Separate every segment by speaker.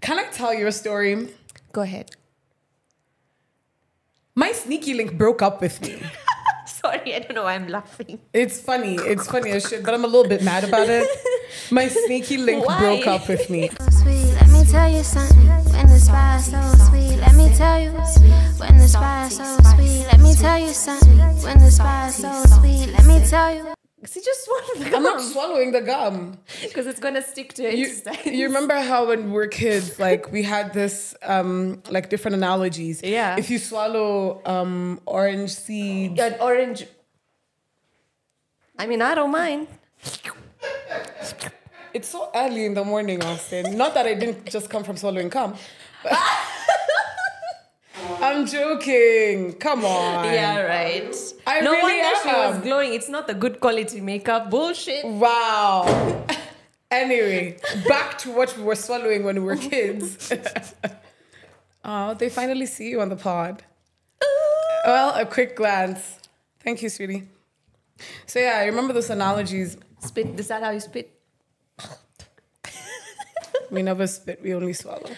Speaker 1: Can I tell you a story?
Speaker 2: Go ahead.
Speaker 1: My sneaky link broke up with me.
Speaker 2: Sorry, I don't know why I'm laughing.
Speaker 1: It's funny. It's funny as shit, but I'm a little bit mad about it. My sneaky link
Speaker 2: Why?
Speaker 1: broke up with me.
Speaker 3: sweet. Let me tell you something. When the spice so sweet, let me tell you. When the spice so sweet, let me tell you something. When the spice so sweet, let me tell you.
Speaker 2: Because just swallowed the
Speaker 1: I'm not swallowing the gum.
Speaker 2: because it's gonna stick to your
Speaker 1: You,
Speaker 2: intestines.
Speaker 1: you remember how when we were kids, like we had this, um, like different analogies.
Speaker 2: Yeah.
Speaker 1: If you swallow um, orange seeds,
Speaker 2: an orange. I mean, I don't mind.
Speaker 1: it's so early in the morning, Austin. Not that I didn't just come from swallowing cum. but- I'm joking. Come on.
Speaker 2: Yeah, right.
Speaker 1: I
Speaker 2: no
Speaker 1: really
Speaker 2: wonder she
Speaker 1: am.
Speaker 2: was glowing. It's not the good quality makeup. Bullshit.
Speaker 1: Wow. anyway, back to what we were swallowing when we were kids. oh, they finally see you on the pod. Well, a quick glance. Thank you, sweetie. So yeah, I remember those analogies.
Speaker 2: Spit. Is that how you spit?
Speaker 1: We never spit, we only swallow.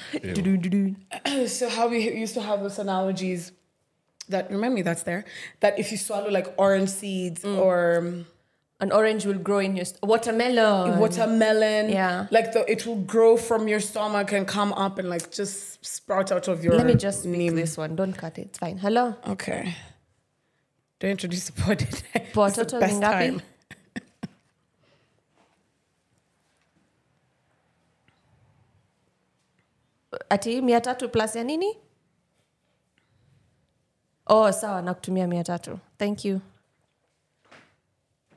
Speaker 1: so how we used to have those analogies that remind me that's there. That if you swallow like orange seeds or um,
Speaker 2: An orange will grow in your st- watermelon.
Speaker 1: watermelon,
Speaker 2: Yeah.
Speaker 1: like the, it will grow from your stomach and come up and like just sprout out of your.
Speaker 2: Let me just speak
Speaker 1: name.
Speaker 2: this one. Don't cut it. It's fine. Hello.
Speaker 1: Okay. Don't introduce the pod.
Speaker 2: Poor
Speaker 1: It's the
Speaker 2: Toto
Speaker 1: best
Speaker 2: Lingapi.
Speaker 1: time.
Speaker 2: Ati mia tatu plus ya nini? Oh, sawa nakutumia mia tatu. Thank you.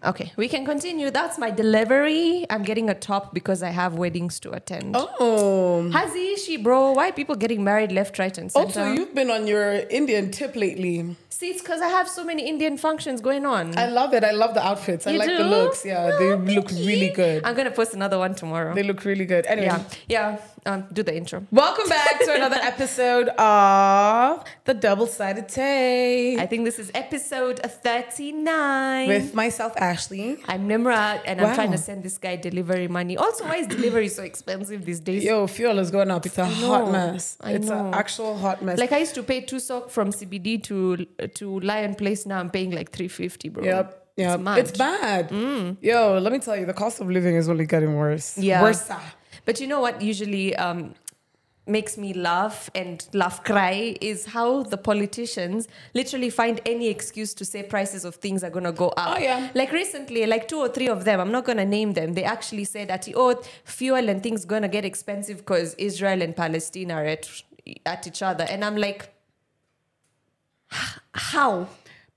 Speaker 2: Okay, we can continue. That's my delivery. I'm getting a top because I have weddings to attend.
Speaker 1: Oh.
Speaker 2: Hazi ishi bro. Why are people getting married left, right, and center?
Speaker 1: Also, you've been on your Indian tip lately.
Speaker 2: See, it's because I have so many Indian functions going on.
Speaker 1: I love it. I love the outfits. I
Speaker 2: Mm. You
Speaker 1: like
Speaker 2: do?
Speaker 1: the looks. Yeah,
Speaker 2: Oh,
Speaker 1: they
Speaker 2: thank
Speaker 1: look
Speaker 2: you.
Speaker 1: really good.
Speaker 2: I'm gonna post another one tomorrow.
Speaker 1: They look really good. Anyway.
Speaker 2: yeah, yeah. Um, do the intro.
Speaker 1: Welcome back to another episode of The Double Sided Tape
Speaker 2: I think this is episode 39.
Speaker 1: with myself, Ashley.
Speaker 2: I'm Nimrat, and I'm
Speaker 1: Wow.
Speaker 2: trying to send this guy delivery money. Also, why is delivery so expensive these days?
Speaker 1: Yo, fuel is going up. It's a hot
Speaker 2: know.
Speaker 1: mess.
Speaker 2: I
Speaker 1: it's an
Speaker 2: know.
Speaker 1: actual hot mess.
Speaker 2: Like I used to pay two sock from CBD to to Lion Place. Now I'm paying like three fifty, bro.
Speaker 1: Yep. Yep.
Speaker 2: It's
Speaker 1: It's,
Speaker 2: mad. Mm.
Speaker 1: bad. Yo, let me tell you, the cost of living is only getting worse.
Speaker 2: Yeah.
Speaker 1: Worse.
Speaker 2: But you know what usually um, makes me laugh and laugh cry is how the politicians literally find any excuse to say prices of things are going to go up.
Speaker 1: Oh, yeah.
Speaker 2: Like recently, like two or three of them, I'm not going to name them, they actually said that, oh, fuel and things going to get expensive because Israel and Palestine are at, at each other. And I'm like, "H- how?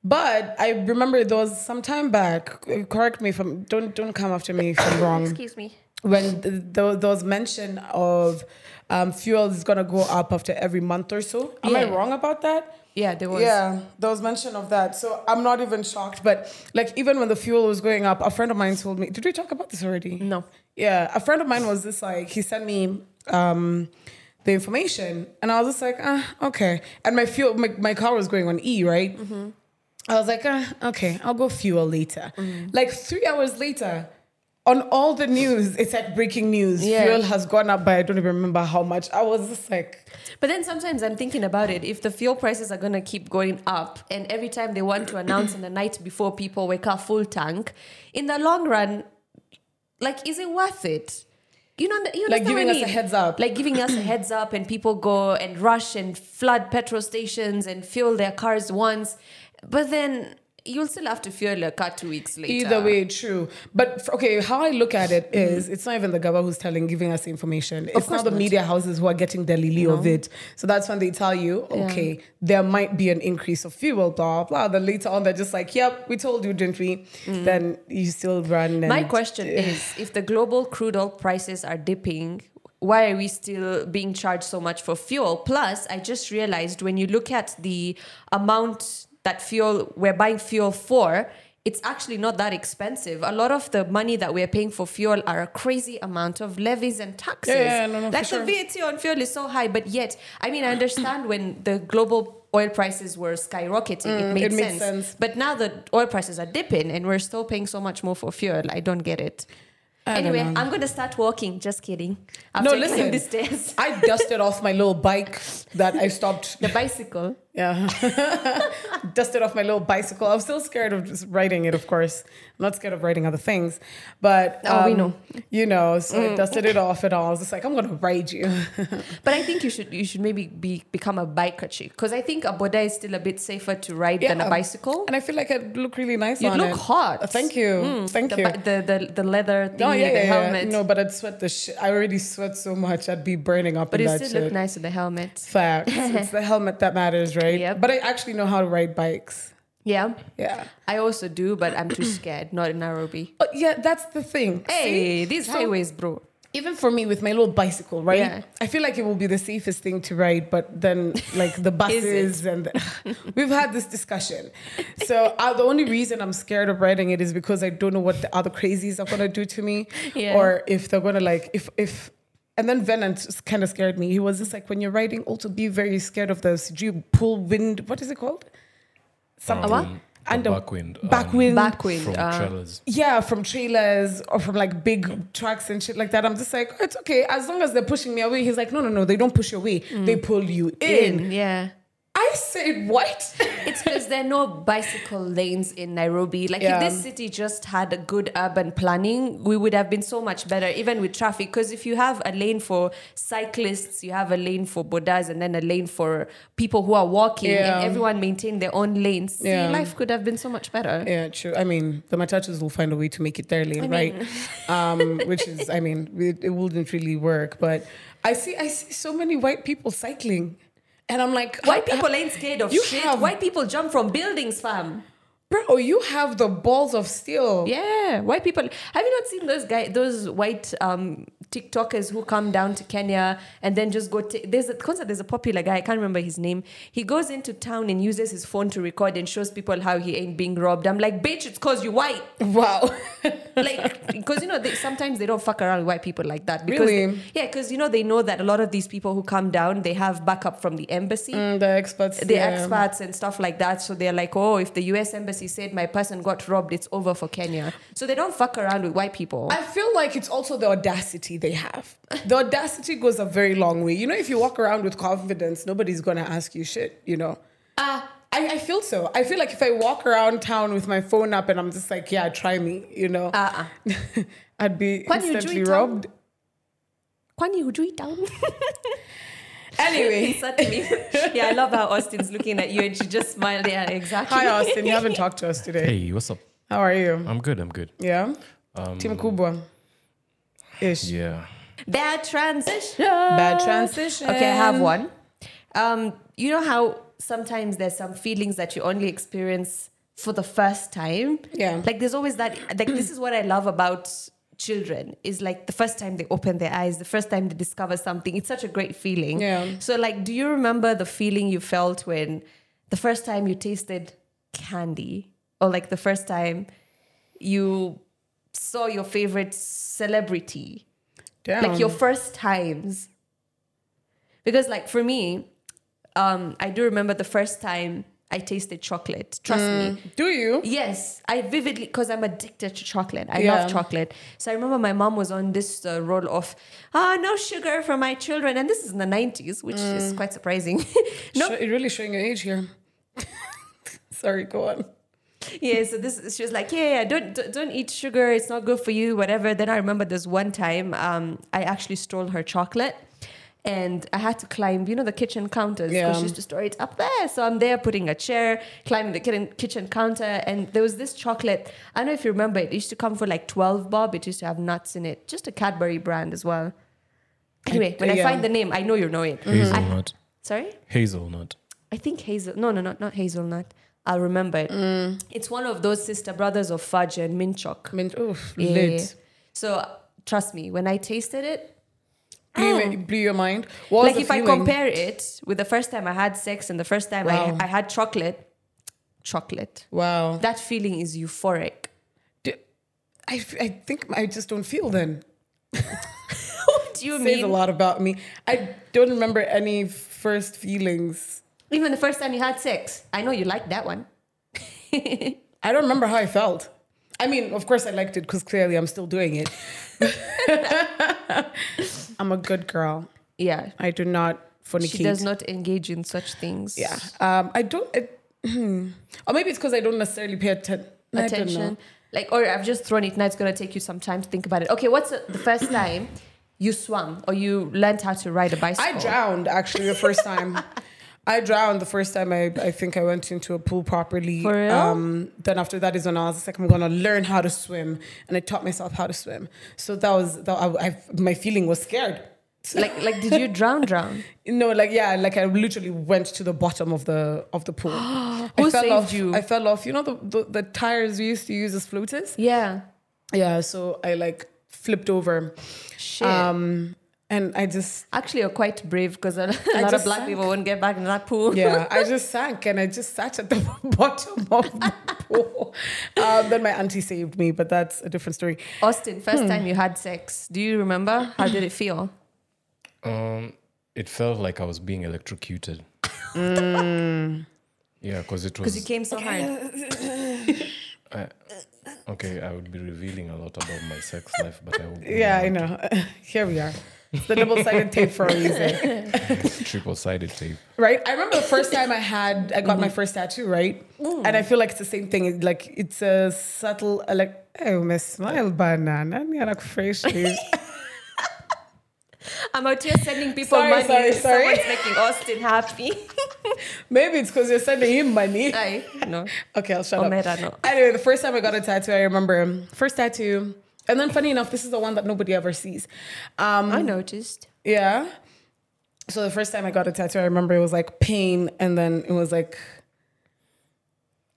Speaker 1: But I remember there was some time back. Correct me if I'm don't don't come after me if I'm wrong.
Speaker 2: Excuse me.
Speaker 1: When th- there, there was mention of um, fuel is gonna go up after every month or so. Am I
Speaker 2: Yeah.
Speaker 1: wrong about that?
Speaker 2: Yeah, there was.
Speaker 1: Yeah, there was mention of that. So I'm not even shocked. But like even when the fuel was going up, a friend of mine told me. Did we talk about this already?
Speaker 2: No.
Speaker 1: Yeah, a friend of mine was just like he sent me um, the information, and I was just like, ah, okay. And my fuel, my, my car was going on E, right? I was like, ah, okay, I'll go fuel later. Like three hours later. On all the news, it said breaking news.
Speaker 2: Yeah.
Speaker 1: Fuel has gone up by I don't even remember how much. I was just like,
Speaker 2: But then sometimes I'm thinking about it. If the fuel prices are going to keep going up, and every time they want to announce in the night before people wake up full tank, in the long run, like, is it worth it? You know, you understand
Speaker 1: Like giving
Speaker 2: what I
Speaker 1: us a
Speaker 2: mean?
Speaker 1: heads up.
Speaker 2: Like giving us a heads up, and people go and rush and flood petrol stations and fuel their cars once. But then you'll still have to fuel your car two weeks later.
Speaker 1: Either way, true. But f- okay, how I look at it is, it's not even the government who's telling, giving us the information. It's
Speaker 2: Mm-hmm. course
Speaker 1: not the
Speaker 2: not.
Speaker 1: media houses who are getting the lily of it. So that's when they tell you, okay, there might be an increase of fuel, blah blah. Then later on, they're just like, yep, we told you, didn't we? Then you still run. And
Speaker 2: Mm. My question is if the global crude oil prices are dipping, why are we still being charged so much for fuel? Plus, I just realized when you look at the amount that fuel we're buying fuel for, it's actually not that expensive. A lot of the money that we're paying for fuel are a crazy amount of levies and taxes.
Speaker 1: yeah, no, no, for
Speaker 2: like
Speaker 1: sure.
Speaker 2: the VAT on fuel is so high, but yet, I mean, I understand when the global oil prices were skyrocketing, it made
Speaker 1: Mm, it makes
Speaker 2: sense.
Speaker 1: sense.
Speaker 2: But now the oil prices are dipping and we're still paying so much more for fuel. I don't get it.
Speaker 1: I don't
Speaker 2: anyway,
Speaker 1: know.
Speaker 2: I'm gonna start walking. Just kidding. After
Speaker 1: No, listen.
Speaker 2: climbing these stairs.
Speaker 1: I dusted off my little bike that I stopped.
Speaker 2: The bicycle.
Speaker 1: Yeah. dusted off my little bicycle. I'm still scared of just riding it, of course. I'm not scared of riding other things. But, um,
Speaker 2: Oh, we know. Mm.
Speaker 1: You know, so I dusted it off and all. I was just like, I'm going to ride you.
Speaker 2: But I think you should you should maybe be become a biker chick because I think a boda is still a bit safer to ride than a
Speaker 1: Yeah.
Speaker 2: bicycle.
Speaker 1: And I feel like I'd look really nice
Speaker 2: You
Speaker 1: on
Speaker 2: look
Speaker 1: it.
Speaker 2: hot. Mm.
Speaker 1: Uh, Thank you. Thank
Speaker 2: the,
Speaker 1: you.
Speaker 2: bi- The, the the leather thingy,
Speaker 1: No, Oh, yeah,
Speaker 2: the
Speaker 1: yeah, yeah.
Speaker 2: helmet.
Speaker 1: No, but I'd sweat the shit. I already sweat so much. I'd be burning up
Speaker 2: but
Speaker 1: in
Speaker 2: you
Speaker 1: that
Speaker 2: still
Speaker 1: shit.
Speaker 2: look nice in the helmet.
Speaker 1: Facts. it's the helmet that matters, right?
Speaker 2: Yep.
Speaker 1: But I actually know how to ride bikes.
Speaker 2: Yeah,
Speaker 1: Yeah.
Speaker 2: I also do, but I'm too scared. Not in Nairobi.
Speaker 1: Oh, yeah, that's the thing.
Speaker 2: Hey,
Speaker 1: See?
Speaker 2: these
Speaker 1: So,
Speaker 2: highways, bro.
Speaker 1: Even for me with my little bicycle, right?
Speaker 2: Yeah.
Speaker 1: I feel like it will be the safest thing to ride, but then like the buses and the, we've had this discussion. So uh, the only reason I'm scared of riding it is because I don't know what the other crazies are gonna do to me,
Speaker 2: Yeah.
Speaker 1: or if they're gonna like if if. And then Venant kind of scared me. He was just like, when you're riding, also be very scared of the sijui pull wind. What is it called? Something.
Speaker 2: what?
Speaker 1: Under-
Speaker 4: backwind. um,
Speaker 1: backwind.
Speaker 2: Backwind.
Speaker 4: From
Speaker 2: uh,
Speaker 4: trailers.
Speaker 1: Yeah, from trailers or from like big trucks and shit like that. I'm just like, "Oh, it's okay. As long as they're pushing me away. He's like, no, no, no, they don't push you away. They pull you in.
Speaker 2: Mm. in, yeah.
Speaker 1: I said, what?
Speaker 2: It's because there are no bicycle lanes in Nairobi. Like
Speaker 1: Yeah.
Speaker 2: if this city just had a good urban planning, we would have been so much better, even with traffic. Because if you have a lane for cyclists, you have a lane for bodas, and then a lane for people who are walking,
Speaker 1: Yeah.
Speaker 2: and everyone maintain their own lanes, see,
Speaker 1: Yeah.
Speaker 2: life could have been so much better.
Speaker 1: yeah, true. I mean, the matachas will find a way to make it their lane, right? Um, which is, I mean, it, it wouldn't really work. But I see, I see so many white people cycling, and I'm like,
Speaker 2: White people ain't scared of
Speaker 1: You
Speaker 2: shit.
Speaker 1: have-
Speaker 2: White people jump from buildings, fam.
Speaker 1: bro, you have the balls of steel.
Speaker 2: Yeah, white people. Have you not seen those guy, those white um, TikTokers who come down to Kenya and then just go? ta- there's a concert. There's a popular guy. I can't remember his name. He goes into town and uses his phone to record and shows people how he ain't being robbed. I'm like, bitch, it's cause you white.
Speaker 1: Wow.
Speaker 2: Like, because you know, they, sometimes they don't fuck around with white people like that. Because
Speaker 1: Really?
Speaker 2: they- yeah, because you know they know that a lot of these people who come down, they have backup from the embassy
Speaker 1: Mm, the experts.
Speaker 2: the
Speaker 1: yeah.
Speaker 2: expats and stuff like that. So they're like, oh, if the US embassy said my person got robbed, it's over for Kenya. So they don't fuck around with white people.
Speaker 1: I feel like it's also the audacity they have. The audacity goes a very long way. You know, if you walk around with confidence, nobody's gonna ask you shit, you know.
Speaker 2: Uh,
Speaker 1: Ah. I, I feel so. I feel like if I walk around town with my phone up and I'm just like, yeah, try me, you know,
Speaker 2: Uh-uh.
Speaker 1: I'd be
Speaker 2: Kwani hujui
Speaker 1: instantly
Speaker 2: town?
Speaker 1: robbed.
Speaker 2: Kwani hujui town?
Speaker 1: Anyway,
Speaker 2: Certainly. yeah, I love how Austin's looking at you and she just smiled. Yeah, exactly.
Speaker 1: hi Austin, you haven't talked to us today.
Speaker 4: Hey, what's up?
Speaker 1: How are you?
Speaker 4: I'm good. I'm good.
Speaker 1: Yeah,
Speaker 4: Um,
Speaker 1: Team Kubwa. Ish.
Speaker 4: Yeah.
Speaker 2: Bad transition. Uh,
Speaker 1: Bad transition.
Speaker 2: Okay, I have one. Um, you know how sometimes there's some feelings that you only experience for the first time?
Speaker 1: Yeah.
Speaker 2: Like there's always that like this is what I love about children is like the first time they open their eyes, the first time they discover something. It's such a great feeling.
Speaker 1: Yeah.
Speaker 2: So like do you remember the feeling you felt when the first time you tasted candy? Or like the first time you saw your favorite celebrity?
Speaker 1: Damn.
Speaker 2: like your first times because like for me um i do remember the first time i tasted chocolate trust me
Speaker 1: Do you?
Speaker 2: yes i vividly because i'm addicted to chocolate i
Speaker 1: Yeah.
Speaker 2: love chocolate so i remember my mom was on this uh, roll of ah no sugar for my children and this is in the 90s which is quite surprising no
Speaker 1: Sho- you're really showing your age here. Sorry, go on.
Speaker 2: yeah so this she was like yeah, yeah don't don't- don't eat sugar it's not good for you whatever then i remember this one time um i actually stole her chocolate and I had to climb, you know, the kitchen counters
Speaker 1: Yeah.
Speaker 2: because she used to store it up there. So I'm there putting a chair, climbing the kitchen, kitchen counter, and there was this chocolate. I don't know if you remember it. It used to come for like 12 bob. It used to have nuts in it. Just a Cadbury brand as well. Anyway, when I
Speaker 1: yeah.
Speaker 2: find the name, Mm-hmm. I know you know it.
Speaker 4: Hazelnut.
Speaker 2: Sorry?
Speaker 4: Hazelnut.
Speaker 2: I think hazel. No, no, no, not hazelnut. I'll remember it.
Speaker 1: Mm.
Speaker 2: It's one of those sister brothers of fudge and mint choc.
Speaker 1: I mean, oof,
Speaker 2: Yeah.
Speaker 1: lit.
Speaker 2: So trust me, when I tasted it,
Speaker 1: Blew,
Speaker 2: Oh.
Speaker 1: me- blew your mind. What was
Speaker 2: like
Speaker 1: the
Speaker 2: if I
Speaker 1: feeling?
Speaker 2: compare it with the first time I had sex and the first time
Speaker 1: Wow.
Speaker 2: I, I had chocolate, chocolate.
Speaker 1: Wow.
Speaker 2: That feeling is euphoric.
Speaker 1: D- I, f- I think I just don't feel then.
Speaker 2: what do you
Speaker 1: It says a
Speaker 2: mean?
Speaker 1: lot about me. I don't remember any first feelings.
Speaker 2: Even the first time you had sex, I know you liked that one.
Speaker 1: I don't remember how I felt. I mean, of course, I liked it because clearly I'm still doing it. I'm a good girl.
Speaker 2: Yeah.
Speaker 1: I do not fornicate.
Speaker 2: She does not engage in such things.
Speaker 1: Yeah. Um, I don't. It, hmm. or maybe it's because I don't necessarily pay atten- I don't know.
Speaker 2: Attention. Like, or I've just thrown it. Now it's going to take you some time to think about it. Okay, what's the the first time you swam or you learned how to ride a bicycle?
Speaker 1: I drowned actually the first time. I drowned the first time I, I think I went into a pool properly.
Speaker 2: For real?
Speaker 1: Um, then after that is when I was just like, I'm gonna learn how to swim, and I taught myself how to swim. So that was that. I, I, my feeling was scared.
Speaker 2: Like, like, did you drown, drown?
Speaker 1: No, like yeah, like I literally went to the bottom of the of the pool. I
Speaker 2: Who saved
Speaker 1: off,
Speaker 2: you?
Speaker 1: I fell off. You know the, the the tires we used to use as floaters.
Speaker 2: Yeah.
Speaker 1: Yeah, so I like flipped over,
Speaker 2: Shit.
Speaker 1: um, and I just
Speaker 2: Actually, you're quite brave because a
Speaker 1: I
Speaker 2: a lot of
Speaker 1: just
Speaker 2: black
Speaker 1: sank.
Speaker 2: people won't get back in that pool.
Speaker 1: yeah, I just sank and I just sat at the bottom of the pool. Um, then my auntie saved me, but that's a different story.
Speaker 2: Austin, first
Speaker 1: Hmm.
Speaker 2: time you had sex. Do you remember? How did it feel?
Speaker 4: Um, it felt like I was being electrocuted. Yeah, because it
Speaker 2: Mm. Because you
Speaker 4: was
Speaker 2: came so hard.
Speaker 4: okay. I would be revealing a lot about my sex life, but I would
Speaker 1: Yeah, I know. Here we are. It's the double-sided tape for a reason.
Speaker 4: triple-sided tape.
Speaker 1: right? I remember the first time I had, I got my first tattoo, right? And I feel like it's the same thing. It- Like it's a subtle, uh, like oh, my smile banana, yeah, like fresh.
Speaker 2: I'm out here sending people
Speaker 1: Sorry,
Speaker 2: money.
Speaker 1: sorry, sorry.
Speaker 2: Someone's making Austin happy.
Speaker 1: Maybe it's because you're sending him money.
Speaker 2: I no.
Speaker 1: Okay, I'll shut
Speaker 2: Omera,
Speaker 1: up.
Speaker 2: no.
Speaker 1: Anyway, the first time I got a tattoo, I remember um, first tattoo. And then, funny enough, this is the one that nobody ever sees. Um,
Speaker 2: I noticed.
Speaker 1: Yeah. So the first time I got a tattoo, I remember it was like pain, and then it was like,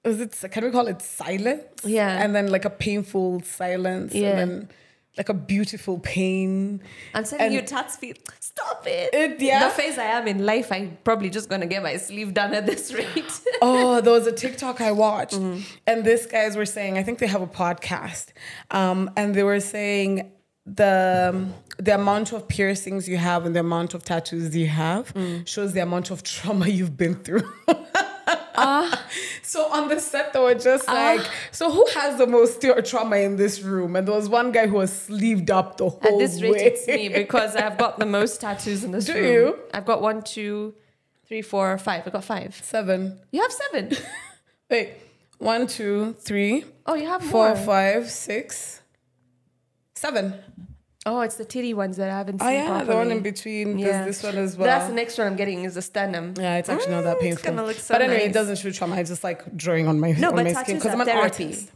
Speaker 1: was it? Can we call it silence?
Speaker 2: Yeah.
Speaker 1: And then like a painful silence.
Speaker 2: Yeah.
Speaker 1: And then like a beautiful pain.
Speaker 2: I'm sending
Speaker 1: And-
Speaker 2: you tats feel. Stop it.
Speaker 1: It- yeah.
Speaker 2: The phase I am in life, I'm probably just gonna get my sleeve done at this rate.
Speaker 1: oh, there was a TikTok I watched,
Speaker 2: Mm-hmm.
Speaker 1: and these guys were saying, I think they have a podcast, um, and they were saying the um, the amount of piercings you have and the amount of tattoos you have
Speaker 2: Mm.
Speaker 1: shows the amount of trauma you've been through.
Speaker 2: Ah.
Speaker 1: So on the set, they were just like, "So who has the most tra- trauma in this room?" And there was one guy who was sleeved up the whole
Speaker 2: at this rate,
Speaker 1: way.
Speaker 2: it's me because I've got the most tattoos in this
Speaker 1: Oh, Do
Speaker 2: room.
Speaker 1: you?
Speaker 2: I've got one, two, three, four, five. I've got five.
Speaker 1: Seven.
Speaker 2: You have seven.
Speaker 1: Wait, one, two, three,
Speaker 2: Oh, you have
Speaker 1: four,
Speaker 2: more.
Speaker 1: five, six, seven.
Speaker 2: Oh, it's the titty ones that I haven't seen.
Speaker 1: Oh yeah, the one
Speaker 2: properly.
Speaker 1: in between.
Speaker 2: Yeah.
Speaker 1: There's this one as well.
Speaker 2: That's the next one I'm getting is the sternum.
Speaker 1: yeah, it's actually not that
Speaker 2: Mm,
Speaker 1: painful.
Speaker 2: it's gonna look so
Speaker 1: but anyway, it
Speaker 2: nice.
Speaker 1: doesn't show trauma. I just like drawing on my
Speaker 2: No,
Speaker 1: on
Speaker 2: but
Speaker 1: my skin
Speaker 2: tattoos
Speaker 1: because
Speaker 2: are
Speaker 1: I'm an
Speaker 2: therapy.
Speaker 1: artist.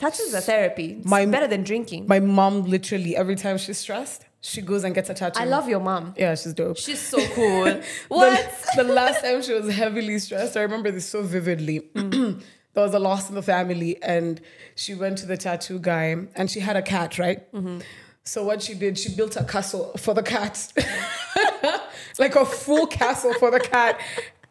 Speaker 2: Tattoos are therapy. It's
Speaker 1: My-
Speaker 2: better than drinking.
Speaker 1: My mom literally every time she's stressed, she goes and gets a tattoo.
Speaker 2: I love your mom.
Speaker 1: Yeah, she's dope.
Speaker 2: She's so cool.
Speaker 1: The-
Speaker 2: what?
Speaker 1: The, last time she was heavily stressed, I remember this so vividly. there was a loss in the family, and she went to the tattoo guy, and she had a cat, right? So what she did, she built a castle for the cat, like a full castle for the cat.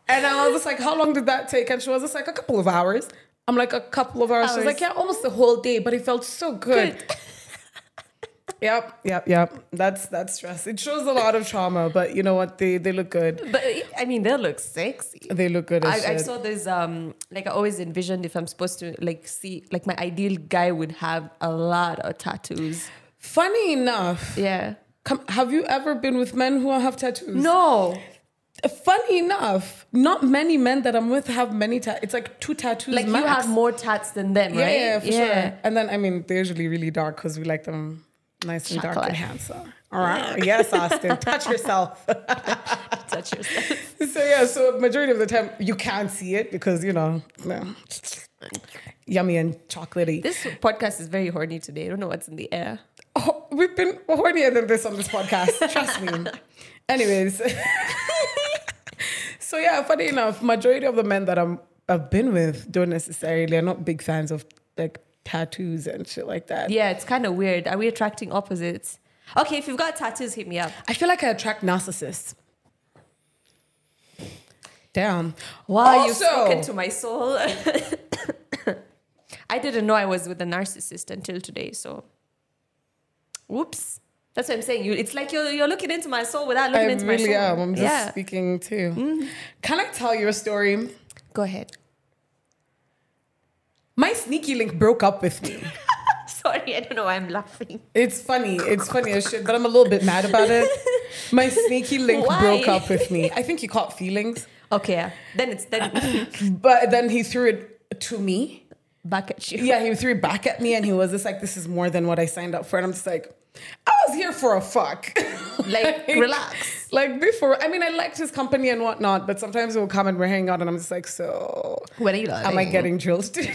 Speaker 1: And I was just like, "How long did that take?" And she was just like, "A couple of hours." I'm like, "A couple of hours." She was
Speaker 2: Hours.
Speaker 1: like, "Yeah, almost the whole day," but it felt so good. Yep, yep, yep. That's that's stress. It shows a lot of trauma, but you know what? They they look good.
Speaker 2: But I mean, they look sexy.
Speaker 1: They look good as
Speaker 2: I, I
Speaker 1: shit.
Speaker 2: saw this um like I always envisioned if I'm supposed to like see like my ideal guy would have a lot of tattoos.
Speaker 1: Funny enough,
Speaker 2: Yeah.
Speaker 1: come, have you ever been with men who have tattoos?
Speaker 2: No.
Speaker 1: Funny enough, not many men that I'm with have many tattoos. It's like two tattoos.
Speaker 2: Like you
Speaker 1: max.
Speaker 2: have more tats than them,
Speaker 1: Yeah,
Speaker 2: right?
Speaker 1: yeah, for sure. And then I mean, they're usually really dark because we like them nice and dark
Speaker 2: Chocolate.
Speaker 1: and handsome. All right, yes, Austin, touch yourself.
Speaker 2: Touch yourself.
Speaker 1: So yeah, so majority of the time you can't see it because you know, yeah, yummy and chocolatey.
Speaker 2: This podcast is very horny today. I don't know what's in the air.
Speaker 1: Oh, we've been hornier than this on this podcast. Trust me. Anyways, so yeah, funny enough, majority of the men that I'm I've been with don't necessarily are not big fans of like tattoos and shit like that.
Speaker 2: Yeah, it's kind of weird. Are we attracting opposites? Okay, if you've got tattoos, hit me up.
Speaker 1: I feel like I attract narcissists. Damn.
Speaker 2: Wow, you've
Speaker 1: Also-
Speaker 2: spoken to my soul. I didn't know I was with a narcissist until today, so whoops. That's what I'm saying. You, it's like you're, you're looking into my soul without
Speaker 1: I
Speaker 2: looking into my soul.
Speaker 1: really am. I'm just
Speaker 2: yeah. Mm-hmm.
Speaker 1: speaking too. Can I tell you a story?
Speaker 2: Go ahead.
Speaker 1: My sneaky link broke up with me.
Speaker 2: Sorry, I don't know why I'm laughing.
Speaker 1: It's funny. It's funny as shit, but I'm a little bit mad about it. My sneaky link
Speaker 2: Why?
Speaker 1: broke up with me. I think he caught feelings,
Speaker 2: Okay, yeah. then it's then
Speaker 1: but then he threw it to me.
Speaker 2: back at you.
Speaker 1: Yeah, he threw it back at me, and he was just like, "This is more than what I signed up for." And I'm just like, "I was here for a fuck."
Speaker 2: Like, relax.
Speaker 1: Like before, I mean, I liked his company and whatnot, but sometimes he'll come and we're hanging out, and I'm just like, "So,
Speaker 2: When are you
Speaker 1: am I getting drilled today?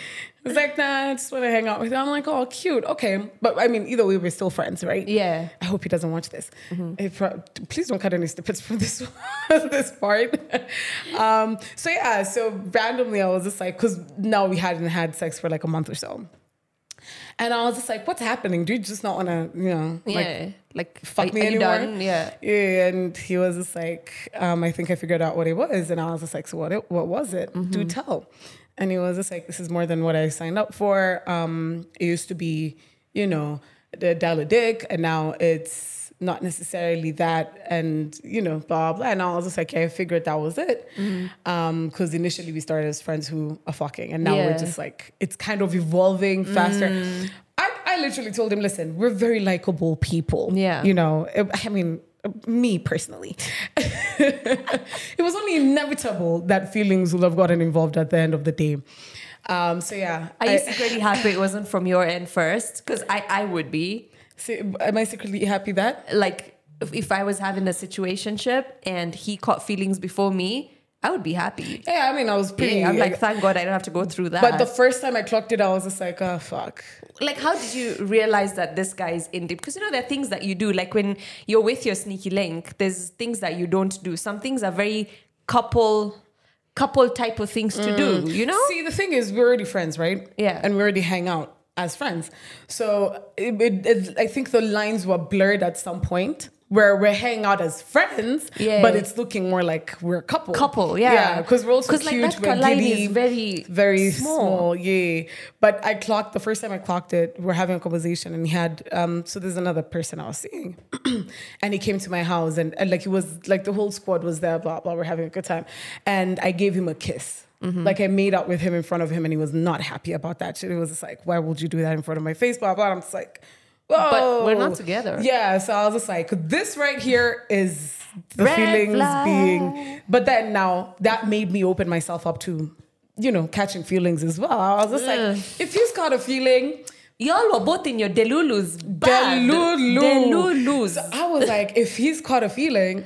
Speaker 1: It's like, nah, I just want to hang out with you. I'm like, oh, cute. Okay. But I mean, either way, we're still friends, right?
Speaker 2: Yeah. Mm-hmm.
Speaker 1: I hope he doesn't watch this. Eh, pro- please don't cut any snippets from this this part. um, so yeah, so randomly I was just like, because now we hadn't had sex for like a month or so, and I was just like, what's happening? Do you just not want to, you know,
Speaker 2: Yeah,
Speaker 1: like
Speaker 2: like,
Speaker 1: fuck
Speaker 2: are-
Speaker 1: me
Speaker 2: are you
Speaker 1: anymore?
Speaker 2: done? Yeah.
Speaker 1: Yeah, and he was just like, um, I think I figured out what it was, and I was just like, so what? It, what was it?
Speaker 2: Mm-hmm.
Speaker 1: Do tell. And he was just like, this is more than what I signed up for. Um, it used to be, you know, the dollar dick, and now it's not necessarily that, and you know, blah blah. And I was just like, yeah, I figured that was it, because
Speaker 2: Mm-hmm.
Speaker 1: initially we started as friends who are fucking, and now
Speaker 2: Yeah.
Speaker 1: we're just like, it's kind of evolving faster.
Speaker 2: Mm.
Speaker 1: I, I literally told him, listen, we're very likable people.
Speaker 2: Yeah.
Speaker 1: You know, it- I mean, me personally. it was only inevitable that feelings will have gotten involved at the end of the day. Um, so, yeah.
Speaker 2: Are you
Speaker 1: I-
Speaker 2: secretly happy it wasn't from your end first? Because I, I would be.
Speaker 1: see, am I secretly happy that?
Speaker 2: Like, if, if I was having a situationship and he caught feelings before me, I would be happy.
Speaker 1: Yeah, I mean, I was pretty.
Speaker 2: Yeah, I'm like, thank God I don't have to go through that.
Speaker 1: but the first time I clocked it, I was just like, oh, fuck.
Speaker 2: like how did you realize that this guy is in deep because you know there are things that you do like when you're with your sneaky link there's things that you don't do some things are very couple couple type of things to do you know
Speaker 1: See, the thing is, we're already friends, right?
Speaker 2: Yeah.
Speaker 1: And we already hang out as friends. So it, it, it- I think the lines were blurred at some point where we're hanging out as friends,
Speaker 2: Yeah.
Speaker 1: but it's looking more like we're a couple.
Speaker 2: Couple, yeah.
Speaker 1: Yeah, because we're also
Speaker 2: 'Cause, like,
Speaker 1: cute.
Speaker 2: that
Speaker 1: we're
Speaker 2: line is
Speaker 1: giddy,
Speaker 2: very
Speaker 1: very
Speaker 2: small.
Speaker 1: small. Yeah. But I clocked, the first time I clocked it, we're having a conversation and he had, um, so there's another person I was seeing. and he came to my house and, and like he was, like the whole squad was there, blah, blah, we're having a good time. And I gave him a kiss.
Speaker 2: Mm-hmm.
Speaker 1: Like I made out with him in front of him and he was not happy about that shit. He was just like, why would you do that in front of my face, blah, blah. And I'm just like, Whoa.
Speaker 2: we're not together.
Speaker 1: Yeah, so I was just like, this right here is the
Speaker 2: Red
Speaker 1: feelings
Speaker 2: flag.
Speaker 1: being. But then now that made me open myself up to, you know, catching feelings as well. I was just like,
Speaker 2: Mm.
Speaker 1: if you've got a feeling,
Speaker 2: y'all were both in your delulus bad.
Speaker 1: delulu.
Speaker 2: delulus
Speaker 1: So I was like, if he's caught a feeling,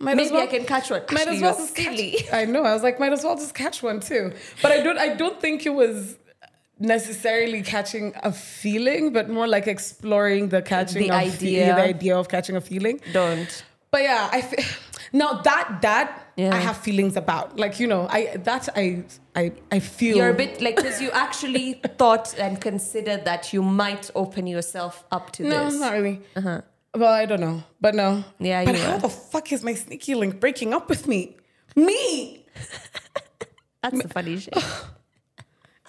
Speaker 1: might
Speaker 2: maybe
Speaker 1: as well.
Speaker 2: i can catch one
Speaker 1: might
Speaker 2: Actually,
Speaker 1: as well
Speaker 2: you're
Speaker 1: just
Speaker 2: silly
Speaker 1: catch. I know. I was like, might as well just catch one too. But I don't. I don't think it was necessarily catching a feeling, but more like exploring the catching
Speaker 2: The
Speaker 1: of fe-
Speaker 2: idea.
Speaker 1: the idea of catching a feeling.
Speaker 2: don't
Speaker 1: But yeah, I f- now that that
Speaker 2: Yeah.
Speaker 1: I have feelings about. Like you know, I that I I I feel
Speaker 2: you're a bit like because you actually thought and considered that you might open yourself up to
Speaker 1: no,
Speaker 2: this
Speaker 1: not really. Well, I don't know, but no.
Speaker 2: Yeah,
Speaker 1: But
Speaker 2: you
Speaker 1: how
Speaker 2: were.
Speaker 1: the fuck is my sneaky link breaking up with me? Me.
Speaker 2: that's the funny shit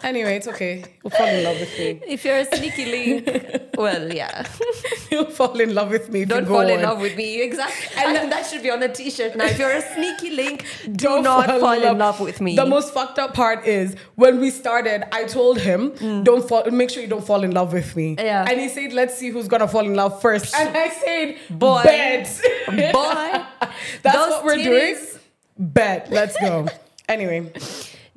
Speaker 1: Anyway, it's okay. You'll fall in love with me.
Speaker 2: If you're a sneaky link, well, yeah.
Speaker 1: You'll fall in love with me. If
Speaker 2: Don't
Speaker 1: you go
Speaker 2: fall in
Speaker 1: on.
Speaker 2: love with me. Exactly. And that should be on a t shirt now. If you're a sneaky link, do
Speaker 1: Don't
Speaker 2: not fall, in love with me.
Speaker 1: The most fucked up part is when we started, I told him, "Don't fall. Make sure you don't fall in love with me."
Speaker 2: Mm. Yeah.
Speaker 1: And he said, "Let's see who's gonna fall in love first. And I said,
Speaker 2: Boy.
Speaker 1: "Bet."
Speaker 2: Boy.
Speaker 1: That's
Speaker 2: Those
Speaker 1: what we're
Speaker 2: titties.
Speaker 1: doing. Bet. Let's go. anyway,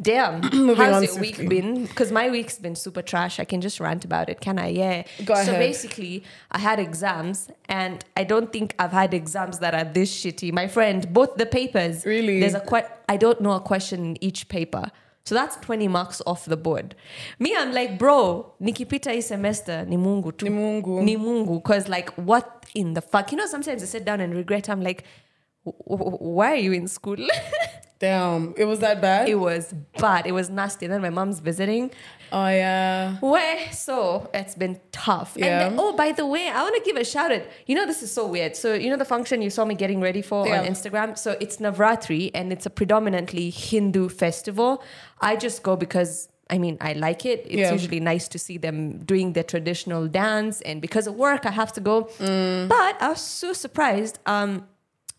Speaker 2: Damn.
Speaker 1: Moving
Speaker 2: How's
Speaker 1: on
Speaker 2: your week
Speaker 1: swiftly.
Speaker 2: been? Because my week's been super trash. I can just rant about it, can I? Yeah.
Speaker 1: Go
Speaker 2: So
Speaker 1: ahead.
Speaker 2: basically, I had exams, and I don't think I've had exams that are this shitty. My friend, both the papers.
Speaker 1: Really?
Speaker 2: There's a que- I don't know a question in each paper. So that's 20 marks off the board. Me, I'm like, bro, nikipita hii semester, ni mungu tu.
Speaker 1: Ni Mungu.
Speaker 2: Ni mungu. Because like, what in the fuck? You know, sometimes I sit down and regret. I'm like, "W- w- why are you in school?
Speaker 1: damn, it was that bad.
Speaker 2: It was bad. It was nasty. And then my mom's visiting.
Speaker 1: oh yeah.
Speaker 2: Where so it's been tough.
Speaker 1: Yeah.
Speaker 2: And then, oh, by the way, I want to give a shout out. You know, this is so weird. So you know the function you saw me getting ready for on
Speaker 1: Yeah.
Speaker 2: Instagram. So it's Navratri, and it's a predominantly Hindu festival. I just go because. I mean, I like it. It's
Speaker 1: Yeah.
Speaker 2: usually nice to see them doing their traditional dance, and because of work, I have to go.
Speaker 1: Mm.
Speaker 2: But I was so surprised. Um,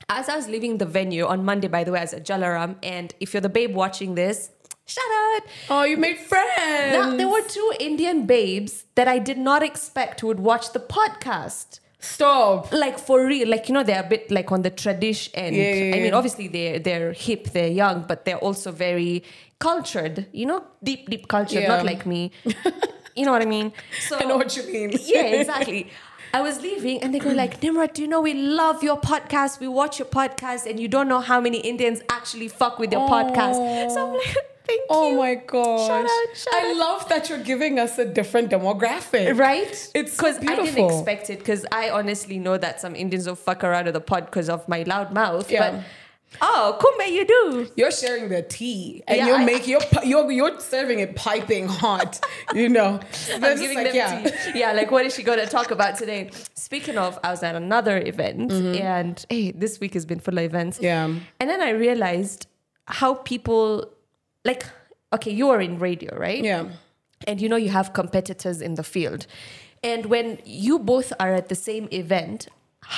Speaker 2: as I was leaving the venue on Monday, by the way, as a Jalaram, and if you're the babe watching this, Shout out.
Speaker 1: Oh, you made friends.
Speaker 2: Now, there were two Indian babes that I did not expect would watch the podcast.
Speaker 1: Stop.
Speaker 2: Like for real, like you know, they're a bit like on the tradish end.
Speaker 1: Yeah, yeah,
Speaker 2: I mean,
Speaker 1: yeah.
Speaker 2: obviously they're they're hip, they're young, but they're also very cultured. You know, deep, deep culture,
Speaker 1: Yeah.
Speaker 2: not like me. you know what I mean? So
Speaker 1: I know what you mean.
Speaker 2: yeah, exactly. I was leaving and they go like, Nimrod, do you know we love your podcast? We watch your podcast and you don't know how many Indians actually fuck with your podcast. So I'm like, thank
Speaker 1: Oh
Speaker 2: you.
Speaker 1: my gosh.
Speaker 2: Shout out, shout
Speaker 1: I
Speaker 2: out.
Speaker 1: love that you're giving us a different demographic.
Speaker 2: Right?
Speaker 1: It's
Speaker 2: because I didn't
Speaker 1: beautiful.
Speaker 2: expect it because I honestly know that some Indians will fuck around with the pod because of my loud mouth.
Speaker 1: Yeah.
Speaker 2: But oh, kumbe you do.
Speaker 1: You're sharing the tea and
Speaker 2: Yeah,
Speaker 1: you're
Speaker 2: I-
Speaker 1: making you're, pi- you're you're serving it piping hot, you know.
Speaker 2: I'm giving them tea. Yeah, like what is she gonna talk about today? Speaking of, I was at another event
Speaker 1: Mm-hmm.
Speaker 2: and hey, this week has been full of events.
Speaker 1: Yeah.
Speaker 2: And then I realized how people like okay, you are in radio, right?
Speaker 1: Yeah.
Speaker 2: and you know you have competitors in the field and when you both are at the same event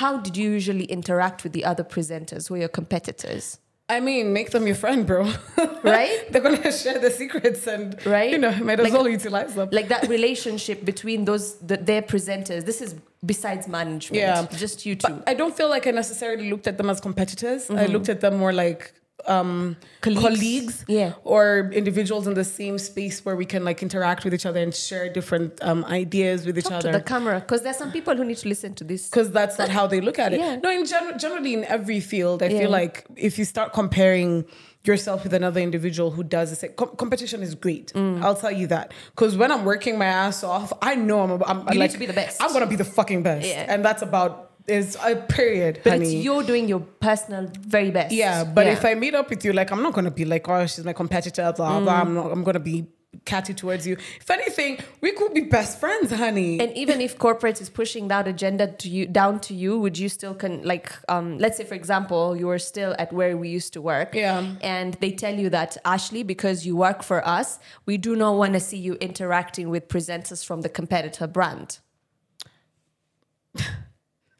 Speaker 2: how did you usually interact with the other presenters who are your competitors
Speaker 1: I mean, make them your friend, bro.
Speaker 2: Right?
Speaker 1: They're gonna share the secrets and
Speaker 2: Right?
Speaker 1: you know, might as
Speaker 2: Like-
Speaker 1: well utilize them.
Speaker 2: like that relationship between those the, their presenters this is besides management
Speaker 1: Yeah.
Speaker 2: just you two
Speaker 1: But uh, I don't feel like I necessarily looked at them as competitors. I looked at them more like um,
Speaker 2: Mm-hmm. Colleagues.
Speaker 1: colleagues.
Speaker 2: Yeah.
Speaker 1: or individuals in the same space where we can like interact with each other and share different um, ideas with each
Speaker 2: talk to the
Speaker 1: other.
Speaker 2: camera because there's some people who need to listen to this
Speaker 1: Because that's not how they look at it.
Speaker 2: Yeah.
Speaker 1: No, in gen- generally in every field, I
Speaker 2: Yeah.
Speaker 1: feel like if you start comparing yourself with another individual who does the same, com- competition is great.
Speaker 2: Mm.
Speaker 1: I'll tell you that. Because when I'm working my ass off, I know I'm. ab- I'm
Speaker 2: You need
Speaker 1: like,
Speaker 2: to be the best.
Speaker 1: I'm gonna be the fucking best.
Speaker 2: Yeah.
Speaker 1: And that's about is a period.
Speaker 2: but
Speaker 1: honey.
Speaker 2: it's you're doing your personal very best
Speaker 1: Yeah, but if I meet up with you, like I'm not gonna be like, oh, she's my competitor, blah
Speaker 2: Mm.
Speaker 1: blah. I'm not. I'm gonna be catty towards you. If anything, we could be best friends, honey.
Speaker 2: and even if corporate is pushing that agenda to you down to you would you still can like um, let's say for example you are still at where we used to work
Speaker 1: Yeah.
Speaker 2: and they tell you that ashley because you work for us we do not want to see you interacting with presenters from the competitor brand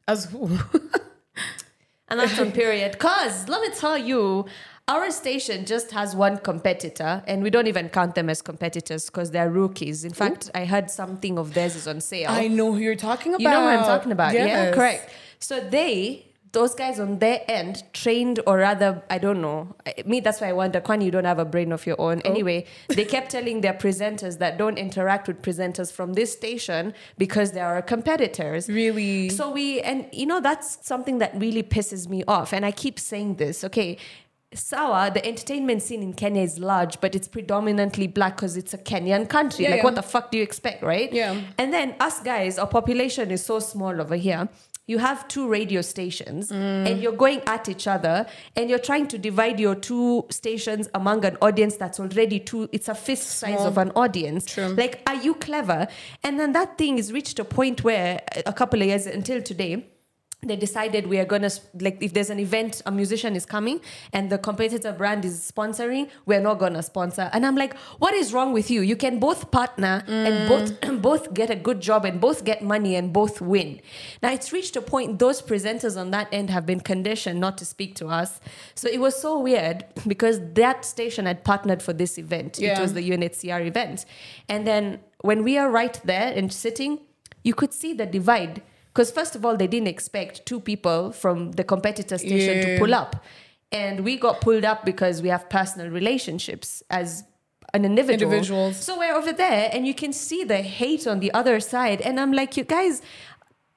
Speaker 1: As who?
Speaker 2: and that's on period because let me tell you our station just has one competitor and we don't even count them as competitors because they're rookies in fact i heard something of theirs is on sale
Speaker 1: I know who you're talking about.
Speaker 2: Oh. You know what I'm talking about. Yeah,
Speaker 1: Yes.
Speaker 2: correct. So they, those guys on their end, trained or rather, I don't know. I- Me, that's why I wonder, Kwan, you don't have a brain of your own.
Speaker 1: Oh.
Speaker 2: Anyway, they kept telling their presenters that don't interact with presenters from this station because they are competitors.
Speaker 1: Really?
Speaker 2: So we, and you know, that's something that really pisses me off. And I keep saying this, okay. Sawa, the entertainment scene in Kenya is large, but it's predominantly black because it's a Kenyan country.
Speaker 1: Yeah,
Speaker 2: like,
Speaker 1: yeah.
Speaker 2: what the fuck do you expect, right?
Speaker 1: Yeah.
Speaker 2: And then us guys, our population is so small over here. You have two radio stations
Speaker 1: Mm.
Speaker 2: and you're going at each other and you're trying to divide your two stations among an audience that's already two, it's a fist size of an audience.
Speaker 1: True.
Speaker 2: Like, are you clever? And then that thing is reached a point where uh, a couple of years until today, they decided we are gonna sp- like if there's an event a musician is coming and the competitor brand is sponsoring we're not gonna sponsor and i'm like what is wrong with you you can both partner and both both get a good job and both get money and both win now it's reached a point those presenters on that end have been conditioned not to speak to us so it was so weird because that station had partnered for this event it
Speaker 1: Yeah.
Speaker 2: was the UNHCR event. And then when we are right there and sitting, you could see the divide. Because, first of all, they didn't expect two people from the competitor station to
Speaker 1: Yeah.
Speaker 2: pull up. And we got pulled up because we have personal relationships as an individual.
Speaker 1: Individuals.
Speaker 2: So we're over there and you can see the hate on the other side. And I'm like, you guys,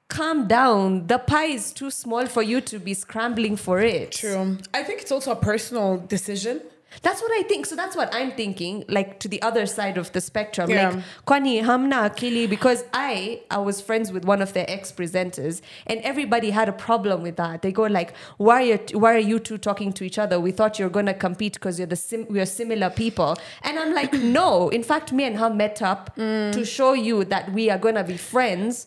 Speaker 2: calm down. The pie is too small for you to be scrambling for it.
Speaker 1: True. I think it's also a personal decision.
Speaker 2: That's what I think. So that's what I'm thinking, like to the other side of the spectrum.
Speaker 1: Yeah.
Speaker 2: Like, Kwani, Hamna, Akili, because I I was friends with one of their ex-presenters and everybody had a problem with that. They go like, why are you, why are you two talking to each other? We thought you're gonna compete because you're the sim- we're similar people. And I'm like, no. In fact, me and her met up to show you that we are gonna be friends